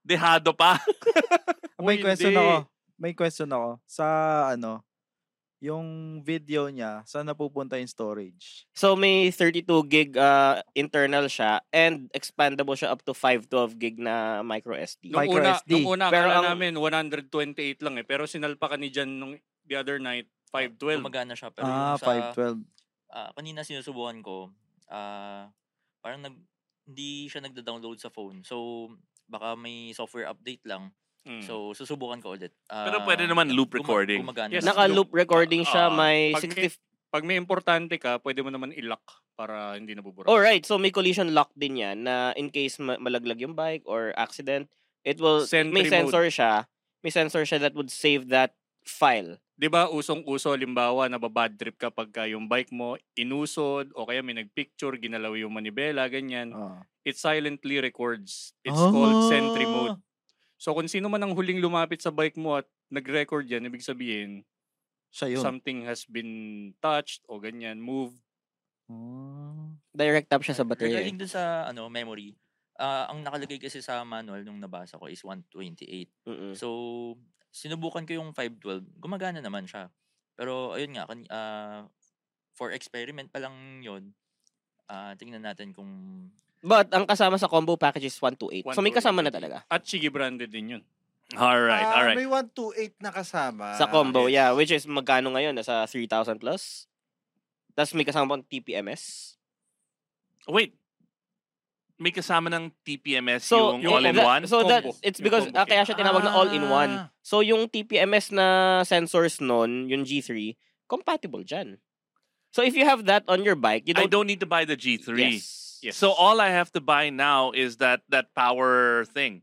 Speaker 5: dehado pa.
Speaker 4: Ah, May
Speaker 2: Uy,
Speaker 4: question
Speaker 2: hindi.
Speaker 4: ako. May question ako. Sa ano, yung video niya, saan napupunta yung storage?
Speaker 6: So may 32 gig ah, internal siya and expandable siya up to 512 gig na micro SD.
Speaker 4: No.
Speaker 2: Nung
Speaker 4: micro
Speaker 2: una,
Speaker 4: SD.
Speaker 2: nung una
Speaker 6: Pero
Speaker 2: akala
Speaker 6: ang-
Speaker 2: namin 128 lang eh. Pero sinalpakan ni Jan nung the other night, 512.
Speaker 7: Gumagana siya. Pero
Speaker 4: Ah,
Speaker 7: yung Ano sa,
Speaker 4: 512.
Speaker 7: ah, kanina sinusubukan ko, ah, parang nag, hindi siya nagda-download sa phone. So, baka may software update lang.
Speaker 2: Mm.
Speaker 7: So, susubukan ko ulit.
Speaker 5: Pero
Speaker 7: Ah,
Speaker 5: pwede naman loop
Speaker 7: guma-
Speaker 5: recording.
Speaker 7: gumagana
Speaker 2: Yes.
Speaker 7: siya.
Speaker 6: Naka-loop recording siya,
Speaker 5: Ah,
Speaker 6: may
Speaker 2: pag-
Speaker 6: 60
Speaker 2: Pag may importante ka, pwede mo naman ilock para hindi nabubura.
Speaker 6: Alright, so may collision lock din yan na in case ma- malaglag yung bike or accident, it will, may
Speaker 2: Sentry mode.
Speaker 6: sensor siya, may sensor siya that would save that file.
Speaker 2: 'di ba usong-uso limbawa na bad trip ka pagka yung bike mo inusod o kaya may nagpicture ginalaw yung manibela
Speaker 6: Ah.
Speaker 2: ganyan
Speaker 4: Oo.
Speaker 2: it silently records it's called sentry mode so kung sino man ang huling lumapit sa bike mo at nag-record yan ibig sabihin
Speaker 4: Siya yun.
Speaker 2: something has been touched o ganyan moved
Speaker 4: Ah.
Speaker 6: Direct up siya sa eh. battery.
Speaker 7: Regarding dun sa ano, memory, ah, ang nakalagay kasi sa manual nung nabasa ko is 128.
Speaker 6: Mm-mm.
Speaker 7: So, sinubukan ko yung 512. Gumagana naman siya. Pero, ayun nga, kan- ah, for experiment pa lang yun, ah, tingnan natin kung...
Speaker 6: But ang kasama sa combo package is 128. So may
Speaker 2: 128.
Speaker 6: kasama na talaga.
Speaker 2: at Chigi branded din yun
Speaker 5: Alright,
Speaker 3: Ah,
Speaker 5: alright.
Speaker 3: May 128 na kasama.
Speaker 6: Sa
Speaker 3: Ah, Yes.
Speaker 6: combo, yeah. Which is magkano ngayon? Nasa 3,000 plus. Tapos may kasama pang TPMS.
Speaker 5: Wait. May kasama ng TPMS
Speaker 6: So,
Speaker 5: yung,
Speaker 2: yung
Speaker 5: all-in-one?
Speaker 6: that- so that,
Speaker 2: Combo.
Speaker 6: it's
Speaker 2: Yung
Speaker 6: because,
Speaker 2: combo
Speaker 6: ah, kaya siya tinawag na all-in-one.
Speaker 3: Ah.
Speaker 6: So yung TPMS na sensors nun, yung G3, compatible dyan. So if you have that on your bike, you
Speaker 5: I
Speaker 6: don't...
Speaker 5: don't need to buy the G3.
Speaker 6: Yes.
Speaker 2: yes
Speaker 5: So all I have to buy now is that that power thing,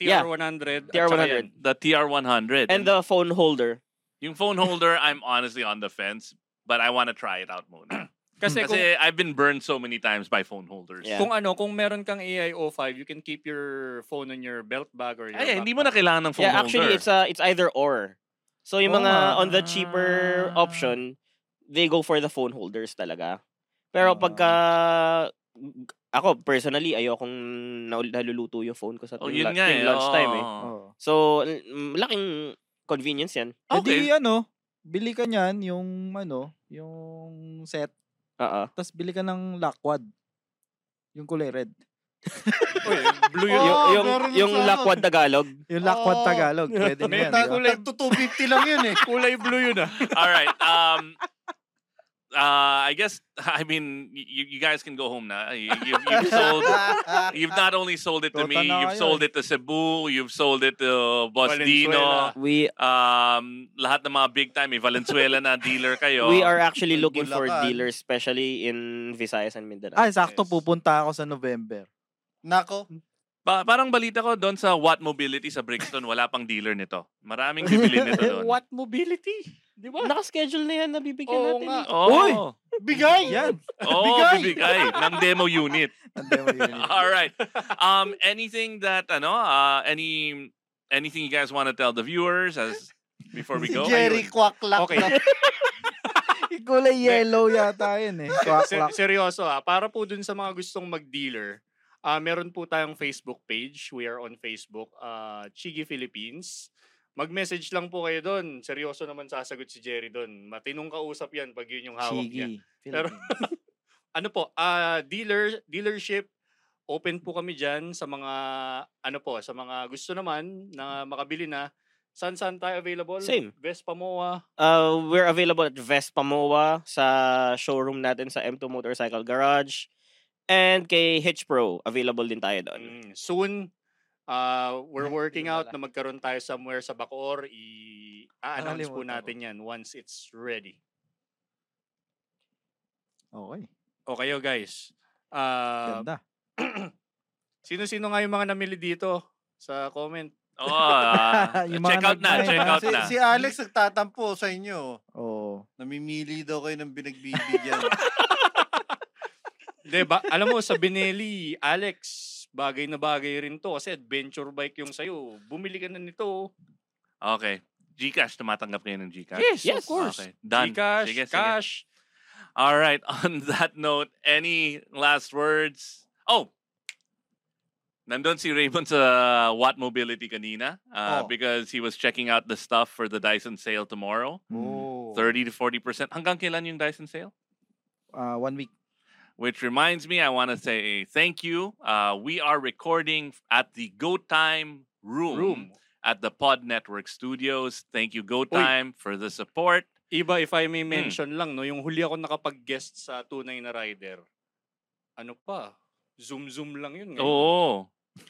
Speaker 6: yeah.
Speaker 2: TR100 at saka yan.
Speaker 6: TR100.
Speaker 5: the TR100.
Speaker 6: And the phone holder.
Speaker 5: yung phone holder, I'm honestly on the fence, but I want to try it out muna.
Speaker 2: kasi
Speaker 5: Kasi
Speaker 2: kung,
Speaker 5: I've been burned so many times by phone holders.
Speaker 6: Yeah.
Speaker 2: kung ano kung meron kang AIO5 you can keep your phone on your belt bag or your
Speaker 5: Ay, hindi mo
Speaker 2: backpack.
Speaker 5: na kailangan ng phone
Speaker 6: yeah, actually,
Speaker 5: holder.
Speaker 6: it's a, it's either or. So yung
Speaker 5: Oo
Speaker 6: mga
Speaker 5: nga.
Speaker 6: on the cheaper
Speaker 5: Ah.
Speaker 6: option, they go for the phone holders talaga.
Speaker 4: Ah.
Speaker 6: Pero pagka... Ako, personally, ayokong naul- naluluto yung phone ko sa
Speaker 5: oh,
Speaker 6: tuwing
Speaker 5: yun
Speaker 6: la-
Speaker 5: nga eh.
Speaker 6: tuwing lunchtime eh.
Speaker 5: oo.
Speaker 4: Oo.
Speaker 6: So, mm, laking convenience yan.
Speaker 5: Okay.
Speaker 4: Hindi ano, bili ka niyan yung ano, yung set,
Speaker 6: Oo.
Speaker 4: tapos bili ka ng lockwad. Yung kulay red.
Speaker 2: Uy, blue yun.
Speaker 6: Yung,
Speaker 3: Oh,
Speaker 6: yung,
Speaker 3: meron
Speaker 6: yung
Speaker 3: sa ano.
Speaker 6: lakwad Tagalog.
Speaker 4: Yung lakwat
Speaker 2: Oo.
Speaker 4: Tagalog, pwede na
Speaker 2: May
Speaker 4: yan.
Speaker 2: tag-
Speaker 4: di ba?
Speaker 2: kulay-
Speaker 3: 250 lang yun eh.
Speaker 2: Kulay blue yun ah.
Speaker 5: All right. Um, uh, I guess I mean you, you guys can go home now. You, you, you've sold. You've not only sold it to me.
Speaker 4: Tota na
Speaker 5: You've
Speaker 4: kayo.
Speaker 6: eh.
Speaker 5: sold it to Cebu. You've sold it to Boss
Speaker 3: Ah,
Speaker 2: Valenzuela.
Speaker 5: Dino.
Speaker 6: We
Speaker 5: Um, lahat ng mga big time. May Valenzuela na dealer kayo.
Speaker 6: we are actually looking for
Speaker 3: Bulacan.
Speaker 6: dealers, especially in Visayas and Mindanao.
Speaker 4: Ay, Ah, sakto
Speaker 2: Yes.
Speaker 4: pupunta ako sa November.
Speaker 3: Nako.
Speaker 5: Ba- parang balita ko doon sa Watt Mobility sa Brixton, wala pang dealer nito. Maraming bibili nito doon.
Speaker 2: What mobility? Di ba?
Speaker 6: Naka-schedule na yan, nabibigyan
Speaker 2: Oo
Speaker 6: natin.
Speaker 2: nga.
Speaker 6: eh.
Speaker 5: Oh,
Speaker 4: Uy!
Speaker 3: Bigay!
Speaker 4: Yan.
Speaker 5: oh,
Speaker 3: Bigay!
Speaker 5: bibigay ng demo unit.
Speaker 4: Ang demo yun.
Speaker 5: All right. Um, anything that ano, uh, any anything you guys want to tell the viewers as before
Speaker 3: Si
Speaker 5: we go?
Speaker 3: Jerry Quacklack.
Speaker 2: Okay.
Speaker 4: Yung Kulay yellow yata yun eh. Kwak,
Speaker 2: Ser-
Speaker 4: kwak.
Speaker 2: seryoso ah, para po dun sa mga gustong mag-dealer, ah meron po tayong Facebook page. We are on Facebook, ah Chigi Philippines. Mag-message lang po kayo doon. Seryoso naman sasagot si Jerry doon. Matinong kausap yan pag yun yung hawak niya.
Speaker 4: Chigi.
Speaker 2: Pero- Ano po, ah dealer, dealership, open po kami dyan sa mga, ano po, sa mga gusto naman na makabili na. Saan-saan tayo available?
Speaker 6: Same.
Speaker 2: Vespa Moa.
Speaker 6: Uh, we're available at Vespa Moa sa showroom natin sa M2 Motorcycle Garage. And kay Hitch Pro, available din tayo doon.
Speaker 2: Mm, soon, uh, we're
Speaker 3: Ay,
Speaker 2: working
Speaker 3: yun
Speaker 2: out
Speaker 3: pala.
Speaker 2: na magkaroon tayo somewhere sa Bacoor. I-announce po
Speaker 4: Nakalimutan ko.
Speaker 2: natin yan once it's ready.
Speaker 4: Okay.
Speaker 2: O kayo guys, uh,
Speaker 4: Ganda.
Speaker 2: sino-sino nga yung mga namili dito sa comment?
Speaker 5: Oh, uh,
Speaker 4: Yung mga
Speaker 5: check out na,
Speaker 4: nagmay,
Speaker 5: check
Speaker 4: mga-
Speaker 5: out
Speaker 3: Si,
Speaker 5: na.
Speaker 3: si Alex nagtatampo sa inyo.
Speaker 4: Oo.
Speaker 3: Namimili daw kayo ng binagbibigyan.
Speaker 2: De, ba, alam mo, sa Benelli, Alex, bagay na bagay rin to kasi adventure bike yung sayo. Bumili ka na nito.
Speaker 5: Okay. Gcash, tumatanggap kayo ng Gcash?
Speaker 6: Yes, of course.
Speaker 5: Okay. Done.
Speaker 2: Gcash,
Speaker 5: Sige, sige.
Speaker 2: cash.
Speaker 5: All right. On that note, any last words? Oh, nandun si Raymond sa Watt Mobility kanina uh,
Speaker 3: Oh.
Speaker 5: because he was checking out the stuff for the Dyson sale tomorrow.
Speaker 4: Mm.
Speaker 2: Oh.
Speaker 5: 30 to 40%. Hanggang kailan yung Dyson sale?
Speaker 4: Ah, one week.
Speaker 5: Which reminds me, I want to say thank you. Uh, we are recording at the Go Time room,
Speaker 2: Room.
Speaker 5: at the Pod Network Studios. Thank you, Go Time, for the support.
Speaker 2: Iba, if I
Speaker 5: Hmm.
Speaker 2: may mention lang, no, yung huli ako nakapag-guest sa tunay na rider, ano pa, zoom-zoom lang yun.
Speaker 5: Oh.
Speaker 2: ngayon.
Speaker 5: Oo.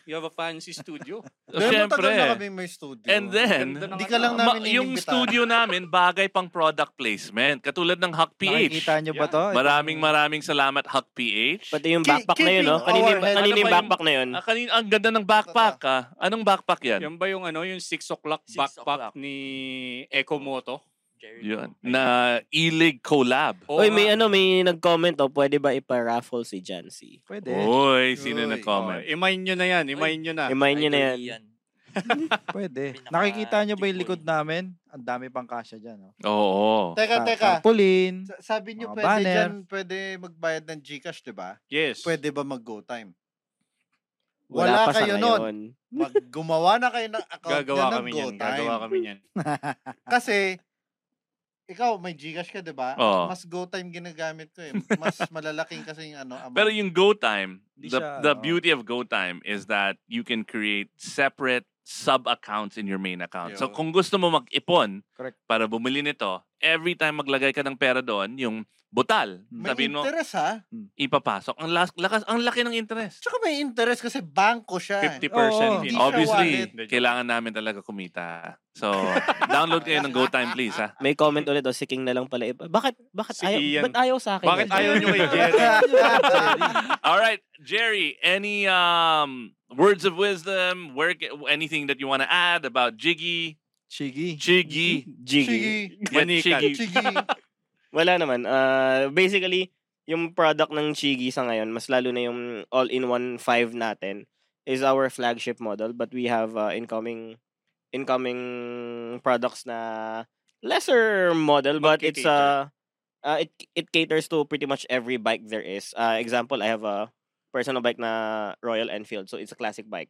Speaker 2: You have a fancy studio.
Speaker 3: Pero matagal na
Speaker 5: Siyempre.
Speaker 3: kami may studio.
Speaker 5: And
Speaker 2: Ganda
Speaker 5: then,
Speaker 2: ng
Speaker 3: Di ka
Speaker 2: ano,
Speaker 3: lang
Speaker 2: ah,
Speaker 5: ma-
Speaker 3: namin
Speaker 5: yung
Speaker 3: inimbitahan.
Speaker 5: studio namin bagay pang product placement. Katulad ng Huck
Speaker 4: Nakikita
Speaker 5: PH.
Speaker 4: nyo ba
Speaker 2: Yeah.
Speaker 4: to? Ito
Speaker 5: Maraming
Speaker 4: yung-
Speaker 5: maraming salamat, Huck PH.
Speaker 6: Pati yung
Speaker 3: Ki-
Speaker 6: backpack na yun, no?
Speaker 3: keeping
Speaker 6: Kanina,
Speaker 3: our head-
Speaker 6: kanina
Speaker 5: Ano
Speaker 6: yung
Speaker 5: pa yung-
Speaker 6: backpack na yun.
Speaker 5: Ah, kanin, ang ganda ng backpack, ah. Anong backpack yan?
Speaker 2: Yan ba yung ano, yung 6 o'clock
Speaker 7: Six
Speaker 2: backpack
Speaker 7: o'clock.
Speaker 2: ni Ecomoto?
Speaker 7: Jerry.
Speaker 5: Yun. Na Ilig collab.
Speaker 2: Oo
Speaker 6: Uy,
Speaker 2: nga.
Speaker 6: may ano, may nag-comment, oh, pwede ba ipa-raffle si Jancy?
Speaker 4: Pwede.
Speaker 5: Oy, sino
Speaker 3: Uy.
Speaker 5: nag-comment?
Speaker 2: Oh, imayin nyo na yan, imayin nyo na.
Speaker 6: Imahin nyo na yan.
Speaker 4: Pwede.
Speaker 7: Pinaka-
Speaker 4: Nakikita nyo ba yung
Speaker 7: tipon.
Speaker 4: likod namin? Ang dami pang kasya dyan. Oh.
Speaker 5: Oo.
Speaker 3: Teka,
Speaker 4: Tar-
Speaker 6: Ah,
Speaker 3: teka.
Speaker 4: Tarpaulin.
Speaker 3: Sa- Sabi niyo
Speaker 4: Mga
Speaker 3: pwede
Speaker 4: banner.
Speaker 3: dyan, pwede magbayad ng Gcash, di ba?
Speaker 2: Yes.
Speaker 3: Pwede ba mag-go time?
Speaker 6: Wala,
Speaker 3: Wala
Speaker 6: pa sa
Speaker 3: kayo nun.
Speaker 6: ngayon.
Speaker 3: Maggumawa na kayo ng account niya
Speaker 2: Gagawa
Speaker 3: ng
Speaker 2: kami
Speaker 3: go
Speaker 2: yan.
Speaker 3: time.
Speaker 2: Gagawa kami yan.
Speaker 3: Kasi, ikaw, may Gcash ka, di ba?
Speaker 5: Oo.
Speaker 3: Mas go time ginagamit ko eh. Mas malalaking kasi yung ano. amount.
Speaker 5: Pero yung go time,
Speaker 4: Di
Speaker 5: the,
Speaker 4: siya,
Speaker 5: the
Speaker 4: ano.
Speaker 5: beauty of go time is that you can create separate sub accounts in your main account. So
Speaker 3: Yun.
Speaker 5: kung gusto mo mag-ipon
Speaker 4: Correct.
Speaker 5: para bumili nito, every time maglagay ka ng pera doon, yung butal,
Speaker 4: Mm.
Speaker 3: may
Speaker 5: sabihin mo
Speaker 3: interest ha?
Speaker 5: ipapasok. Ang las- lakas, ang laki ng interest.
Speaker 3: Tsaka may interest kasi banko siya. eh.
Speaker 2: 50%
Speaker 4: Oo,
Speaker 2: yun.
Speaker 3: hindi siya
Speaker 5: Obviously,
Speaker 3: wallet.
Speaker 5: kailangan namin talaga kumita. So, download kayo ng go time please ha.
Speaker 6: May comment ulit, oh, si King na lang pala. ipa- Bakit, bakit,
Speaker 2: Si
Speaker 6: ayaw,
Speaker 2: Ian.
Speaker 6: ba't ayaw sa akin?
Speaker 2: Bakit
Speaker 6: ito?
Speaker 2: ayaw nyo kay Jerry?
Speaker 5: All right, Jerry. Any um words of wisdom? Where ca- anything that you want to add about Jiggy,
Speaker 4: Chigi.
Speaker 5: Chiggy,
Speaker 6: Jiggy.
Speaker 3: Sige.
Speaker 5: yeah,
Speaker 2: Manikan.
Speaker 5: Chiggy,
Speaker 3: Sige.
Speaker 6: Wala naman. Uh, basically, yung product ng Chigi sa ngayon, mas lalo na yung all-in-one 5 natin, is our flagship model. But we have uh, incoming incoming products na lesser model, but it's uh, uh, it it caters to pretty much every bike there is. Uh, example, I have a personal bike na Royal Enfield, so it's a classic bike.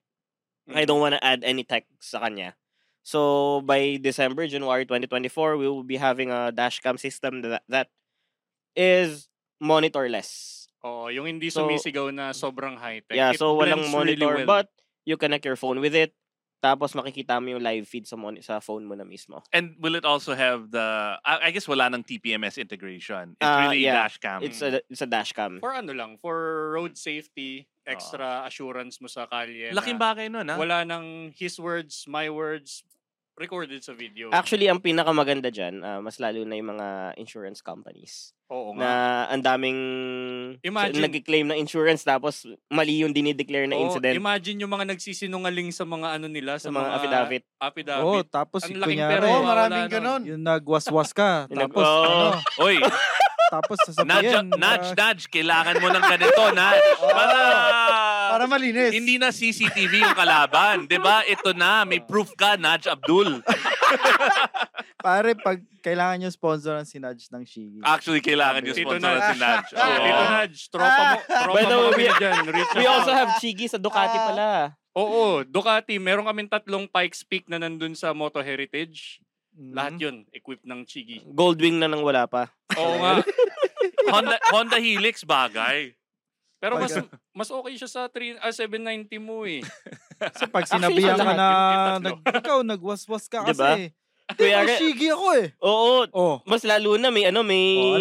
Speaker 2: Mm.
Speaker 6: I don't want to add any tech sa kanya. So by December, January 2024, we will be having a dash cam system that, that is monitorless.
Speaker 2: Oo, yung hindi
Speaker 6: So-
Speaker 2: sumisigaw na sobrang high-tech.
Speaker 6: Yeah,
Speaker 2: It
Speaker 6: so walang
Speaker 2: blends really
Speaker 6: monitor
Speaker 2: well.
Speaker 6: but you connect your phone with it. Tapos makikita mo yung live feed sa mon- sa phone mo na mismo.
Speaker 5: And will it also have the, I, I guess wala ng TPMS integration. It's
Speaker 6: Ah,
Speaker 5: really
Speaker 6: yeah.
Speaker 5: dash cam.
Speaker 6: It's a it's a dashcam.
Speaker 2: For ano lang, for road safety, extra assurance mo sa kalye na
Speaker 5: Laking bagay nun, ah. ha?
Speaker 2: wala nang his words, my words, recorded sa video.
Speaker 6: Actually, ang pinakamaganda dyan, ah, mas lalo na yung mga insurance companies.
Speaker 2: Oo nga.
Speaker 6: na ang daming
Speaker 2: Imagine.
Speaker 6: nag-claim ng insurance tapos mali yung dinideclare na
Speaker 2: Oo,
Speaker 6: incident
Speaker 2: Imagine yung mga nagsisinungaling sa mga ano nila,
Speaker 6: sa mga affidavit.
Speaker 2: affidavit.
Speaker 4: Oo, tapos
Speaker 2: Ang laking
Speaker 4: kunyari,
Speaker 2: pera.
Speaker 3: Oo,
Speaker 2: wala
Speaker 3: maraming
Speaker 2: nun.
Speaker 3: ganun.
Speaker 4: yung nagwaswas ka,
Speaker 6: Yung nag-
Speaker 4: tapos
Speaker 6: Oo.
Speaker 4: ano,
Speaker 5: Oy,
Speaker 4: tapos
Speaker 5: nudge,
Speaker 4: sasabihin.
Speaker 5: nudge,
Speaker 4: ah,
Speaker 5: nudge. Kailangan mo ng ganito, nudge.
Speaker 6: Ah.
Speaker 5: Para,
Speaker 3: Para malinis.
Speaker 5: hindi na CCTV yung kalaban. 'di ba? Ito na, may proof ka, Nudge Abdul.
Speaker 4: pare, pag kailangan yung sponsor ng si Nudge ng Shigi.
Speaker 5: Actually, kailangan yung
Speaker 2: Tito
Speaker 5: sponsor na
Speaker 2: Nudge.
Speaker 5: si Nudge.
Speaker 2: Ah,
Speaker 5: Oo.
Speaker 2: Tito Nudge, tropa mo, tropa
Speaker 6: Ah! By the
Speaker 2: mo
Speaker 6: way,
Speaker 2: kami
Speaker 6: we-
Speaker 2: dyan. Reach
Speaker 6: We
Speaker 2: out.
Speaker 6: also have Chigi sa Ducati pala.
Speaker 2: Oo, Ducati, meron kaming tatlong Pikes Peak na nandun sa Moto Heritage.
Speaker 4: Mm.
Speaker 2: Lahat yun, equipped ng Chigi.
Speaker 6: Goldwing na nang wala pa.
Speaker 2: Mm-hmm. Oo nga.
Speaker 5: Honda, Honda Helix bagay.
Speaker 2: Pero mas
Speaker 4: Pag-
Speaker 2: mas okay siya sa 3, ah, 790 mo eh.
Speaker 4: Kasi pag
Speaker 6: Actually,
Speaker 4: sinabihan
Speaker 6: sa
Speaker 4: ka
Speaker 6: lahat,
Speaker 4: na,
Speaker 2: yung- yung
Speaker 4: nag,
Speaker 2: tatlo.
Speaker 4: ikaw, nagwaswas ka
Speaker 6: Diba?
Speaker 4: kasi.
Speaker 6: Kuya,
Speaker 4: Diba? Shigi ako eh.
Speaker 6: oo,
Speaker 4: Oh,
Speaker 6: mas lalo na may ano, may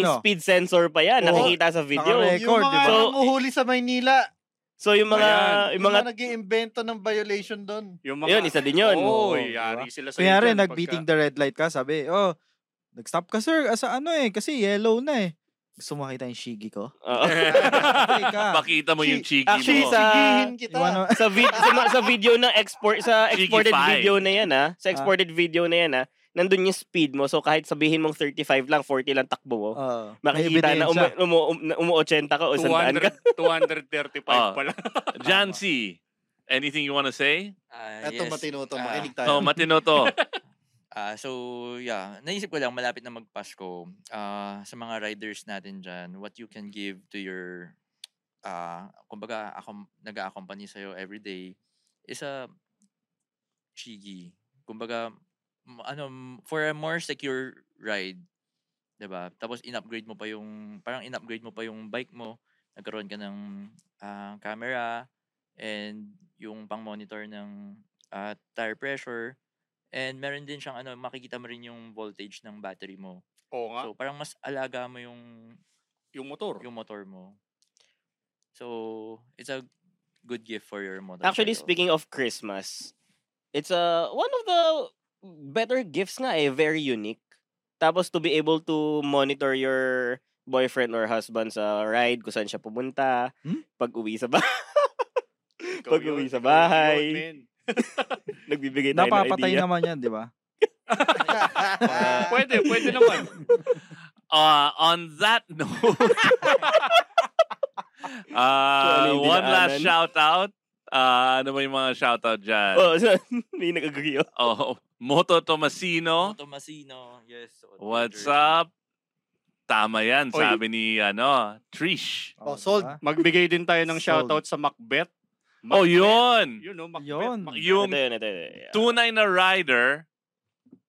Speaker 4: Oo, ano?
Speaker 6: speed sensor pa
Speaker 4: Oo,
Speaker 6: yan, nakikita sa video.
Speaker 4: nakarecord.
Speaker 3: Yung mga
Speaker 4: diba?
Speaker 3: diba? nanguhuli sa Maynila,
Speaker 6: So yung mga
Speaker 2: Ayan,
Speaker 6: yung
Speaker 3: yung
Speaker 6: mga
Speaker 3: mga nag iimbento ng violation doon.
Speaker 2: Yung
Speaker 6: yun isa din yun.
Speaker 2: Oo,
Speaker 4: Oo,
Speaker 2: yari sila sa
Speaker 4: kunyari,
Speaker 2: dyan
Speaker 4: nag-beating the red light ka, sabi, oh, nag-stop ka sir, ah, sa ano eh, kasi yellow na eh. Gusto mo makita yung Shigi ko?
Speaker 6: Oo.
Speaker 4: Ika.
Speaker 5: Pakita mo yung chigi
Speaker 6: Ah. Actually,
Speaker 5: mo.
Speaker 6: sa-
Speaker 3: Sigihin kita.
Speaker 4: Iwan mo-
Speaker 6: sa, vid- sa, ma- sa video na export sa
Speaker 5: Chigi
Speaker 6: exported
Speaker 5: five.
Speaker 6: video na yan ha, sa exported video na yan ha, nandun yung speed mo. So kahit sabihin mong 35 lang, 40 lang takbo mo.
Speaker 4: Oo. May
Speaker 6: Makikita na umu,
Speaker 4: ebidensya.
Speaker 6: umu, umu- umu 80 ka o 100 ka.
Speaker 2: 200, 235
Speaker 5: Ah.
Speaker 2: pala.
Speaker 5: John C., anything you wanna say?
Speaker 7: Ah,
Speaker 3: Eto
Speaker 7: yes.
Speaker 3: matino to,
Speaker 7: Ah,
Speaker 3: makinig
Speaker 5: Oh,
Speaker 3: tayo.
Speaker 5: matino to.
Speaker 7: Ah, so yeah, naisip ko lang malapit na magpasko. Ah, sa mga riders natin diyan, what you can give to your ah, kumbaga ako nag-accompany sa every day is a chigi. Kumbaga m- ano m- for a more secure ride, 'di ba? Tapos in-upgrade mo pa yung parang in-upgrade mo pa yung bike mo. Nagkaroon ka ng ah, camera and yung pang-monitor ng ah, tire pressure. And meron din siyang ano, makikita mo rin yung voltage ng battery mo.
Speaker 2: Oo nga,
Speaker 7: So parang mas alaga mo yung
Speaker 2: yung motor.
Speaker 7: yung motor mo. So it's a good gift for your motor.
Speaker 6: Actually, speaking of Christmas, it's a one of the better gifts nga eh, very unique. Tapos to be able to monitor your boyfriend or husband sa ride, kung saan siya pumunta,
Speaker 4: Hmm?
Speaker 6: pag-uwi sa bahay,
Speaker 2: Ikaw
Speaker 6: pag-uwi
Speaker 2: yun,
Speaker 6: sa
Speaker 2: ikaw yun,
Speaker 6: bahay.
Speaker 2: men.
Speaker 6: nagbibigay tayo ng
Speaker 4: Napapatay
Speaker 6: idea.
Speaker 4: naman yan, di ba?
Speaker 2: Pwede, pwede naman.
Speaker 5: Uh, on that note, uh,
Speaker 6: Actually, hindi
Speaker 5: one
Speaker 6: na
Speaker 5: last
Speaker 6: anan.
Speaker 5: shout out. Uh, ano ba yung mga shout out dyan?
Speaker 6: Oh, so, may nag-agree oh.
Speaker 5: Oh, Moto
Speaker 2: Ano?
Speaker 5: Tomasino.
Speaker 7: Tomasino, yes. so
Speaker 5: What's
Speaker 7: Twitter.
Speaker 5: up? Tama yan,
Speaker 2: Oy.
Speaker 5: sabi ni ano, Trish.
Speaker 3: Oh,
Speaker 4: Oo,
Speaker 3: sold.
Speaker 4: diba?
Speaker 2: Magbigay din tayo ng
Speaker 4: Sold.
Speaker 2: shoutout sa Macbeth.
Speaker 5: Oh, yun!
Speaker 2: You know, Macbeth.
Speaker 4: Yun.
Speaker 2: Macbeth.
Speaker 5: Yung
Speaker 6: Ito yun, ito yun. yeah.
Speaker 5: tunay na rider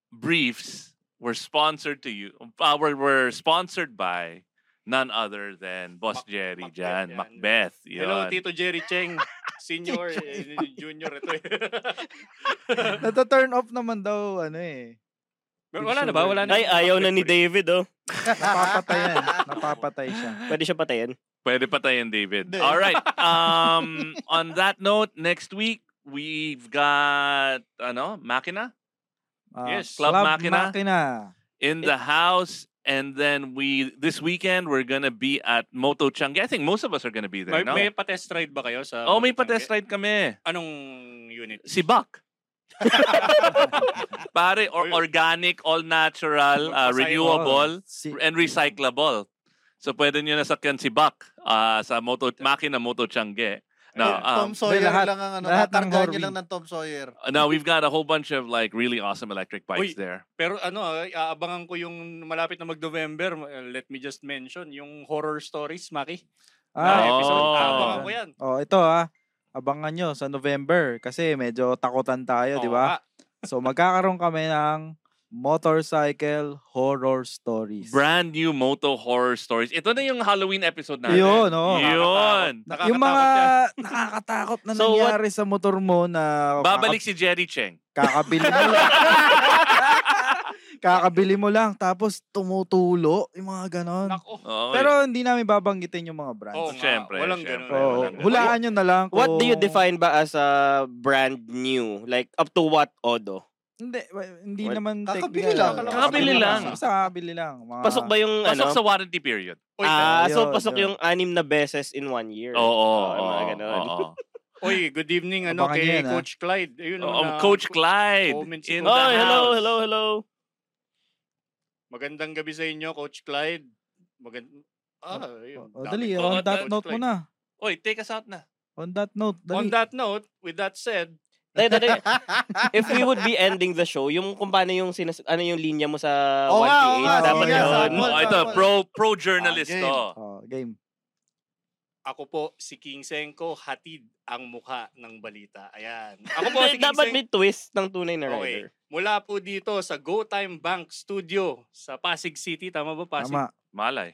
Speaker 5: briefs were sponsored to you uh, were, were sponsored by none other than Boss
Speaker 2: Mac-
Speaker 5: Jerry
Speaker 2: Macbeth
Speaker 5: Jan
Speaker 2: yan.
Speaker 5: Macbeth.
Speaker 2: Hello,
Speaker 5: yun.
Speaker 2: Tito Jerry Cheng. Senior, eh, junior ito eh.
Speaker 4: Nata-turn off naman daw, ano eh.
Speaker 2: Wala na ba? Wala na.
Speaker 6: Ay, ayaw na ni David oh.
Speaker 4: Napapatay yan. Napapatay siya.
Speaker 6: Pwede siya patayin.
Speaker 5: Pwede pa tayo, David.
Speaker 3: Hindi.
Speaker 5: All right. Um, on that note, next week we've got ano, Makina
Speaker 4: Ah,
Speaker 2: Yes.
Speaker 5: Club Makina.
Speaker 4: Makina.
Speaker 5: in the house. And then we this weekend we're gonna be at Moto Changi. I think most of us are gonna be
Speaker 2: May,
Speaker 5: there. no?
Speaker 2: may patest ride ba kayo sa...
Speaker 5: Ano? oh, may
Speaker 2: Moto Changge?
Speaker 5: patest ride kami.
Speaker 2: Anong unit?
Speaker 5: Si Buck. Pare,
Speaker 2: Oy.
Speaker 5: or organic, all natural, uh,
Speaker 2: Magpasaya.
Speaker 5: renewable,
Speaker 4: Oh, Si,
Speaker 5: and recyclable. So pwede nyo nasakyan si Buck ah, sa moto, makina Moto Changi. No, um,
Speaker 3: Tom Sawyer
Speaker 4: lahat-
Speaker 3: lang ang ano,
Speaker 4: lahat ng
Speaker 3: kakargahan niya
Speaker 4: Horby.
Speaker 3: lang ng Tom Sawyer.
Speaker 5: Uh, now we've got a whole bunch of like really awesome electric
Speaker 2: Uy.
Speaker 5: bikes there.
Speaker 2: Pero ano, ah, aabangan ko yung malapit na mag-November. ah, Let me just mention, yung horror stories, Maki.
Speaker 4: ah,
Speaker 2: na episode.
Speaker 5: Oo.
Speaker 2: Aabangan ko yan.
Speaker 4: oh, ito ah. Abangan nyo sa November kasi medyo takutan tayo, di
Speaker 2: Oo nga.
Speaker 4: ba? So magkakaroon kami ng Motorcycle Horror Stories.
Speaker 5: Brand new moto horror stories. Ito na yung Halloween episode natin.
Speaker 4: Yun, oo.
Speaker 5: Yun.
Speaker 4: Na- yung mga nakakatakot na
Speaker 6: So, what-
Speaker 4: nangyari sa motor mo na
Speaker 5: Babalik si Jerry Cheng.
Speaker 4: kakabili mo lang. kakabili mo lang tapos tumutulo, yung mga ganon.
Speaker 2: Nako.
Speaker 5: Oo,
Speaker 4: Pero hindi namin babanggitin yung mga brands.
Speaker 2: Oo
Speaker 4: Oo.
Speaker 2: nga,
Speaker 5: Siyempre,
Speaker 2: Walang
Speaker 5: siyempre,
Speaker 2: ganun.
Speaker 5: Oo.
Speaker 2: walang ganun.
Speaker 4: Hulaan nyo na lang kung...
Speaker 6: What do you define ba as a brand new? Like, up to what, Odo?
Speaker 4: Hindi, well, hindi
Speaker 6: What?
Speaker 4: naman
Speaker 3: Kakabili
Speaker 4: technical.
Speaker 3: lang.
Speaker 5: Kakabili lang.
Speaker 4: Basta kakabili lang. Mga,
Speaker 6: Pasok ba yung,
Speaker 5: pasok
Speaker 6: ano?
Speaker 5: sa warranty period.
Speaker 2: Oy,
Speaker 6: Ah, so
Speaker 4: Yun,
Speaker 6: pasok
Speaker 4: yun.
Speaker 6: yung anim na beses in one year.
Speaker 5: Oo, oo,
Speaker 6: yung mga ganun.
Speaker 5: oo.
Speaker 2: oy, good evening ano
Speaker 4: Abangan
Speaker 2: kay
Speaker 4: yan, ah.
Speaker 2: Coach Clyde. Ayun
Speaker 5: Oo,
Speaker 2: oh,
Speaker 5: um, Coach Clyde.
Speaker 2: Comments ko.
Speaker 5: In the
Speaker 6: Oy, hello,
Speaker 5: house.
Speaker 6: hello, hello.
Speaker 2: Magandang gabi sa inyo, Coach Clyde. Magand Ah, ayun.
Speaker 4: O,
Speaker 2: dami.
Speaker 4: Oh, dali,
Speaker 5: Oo,
Speaker 4: on that
Speaker 5: Coach
Speaker 4: note mo
Speaker 2: Clyde.
Speaker 4: na.
Speaker 5: Oy, take us out na.
Speaker 4: On that note, dali.
Speaker 2: On that note, with that said,
Speaker 6: Dali, dali. If we would be ending the show, yung kung paano yung, sinas- ano yung linya mo sa
Speaker 3: Oo nga, oo
Speaker 6: 1PH,
Speaker 3: nga,
Speaker 6: dapat
Speaker 4: sige,
Speaker 6: yun.
Speaker 3: Samuel.
Speaker 5: Oh, ito, pro pro journalist
Speaker 7: Ah, game.
Speaker 5: to.
Speaker 4: Oh, game.
Speaker 2: ako po si King Senko, hatid ang mukha ng balita. Ayan. Ako po si King
Speaker 6: dapat
Speaker 2: Senko.
Speaker 6: may twist ng tunay na
Speaker 2: Okay.
Speaker 6: rider.
Speaker 2: Mula po dito sa Go Time Bank Studio sa Pasig City. Tama ba Pasig?
Speaker 4: Tama.
Speaker 5: Malay.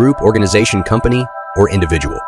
Speaker 8: group, organization, company, or individual.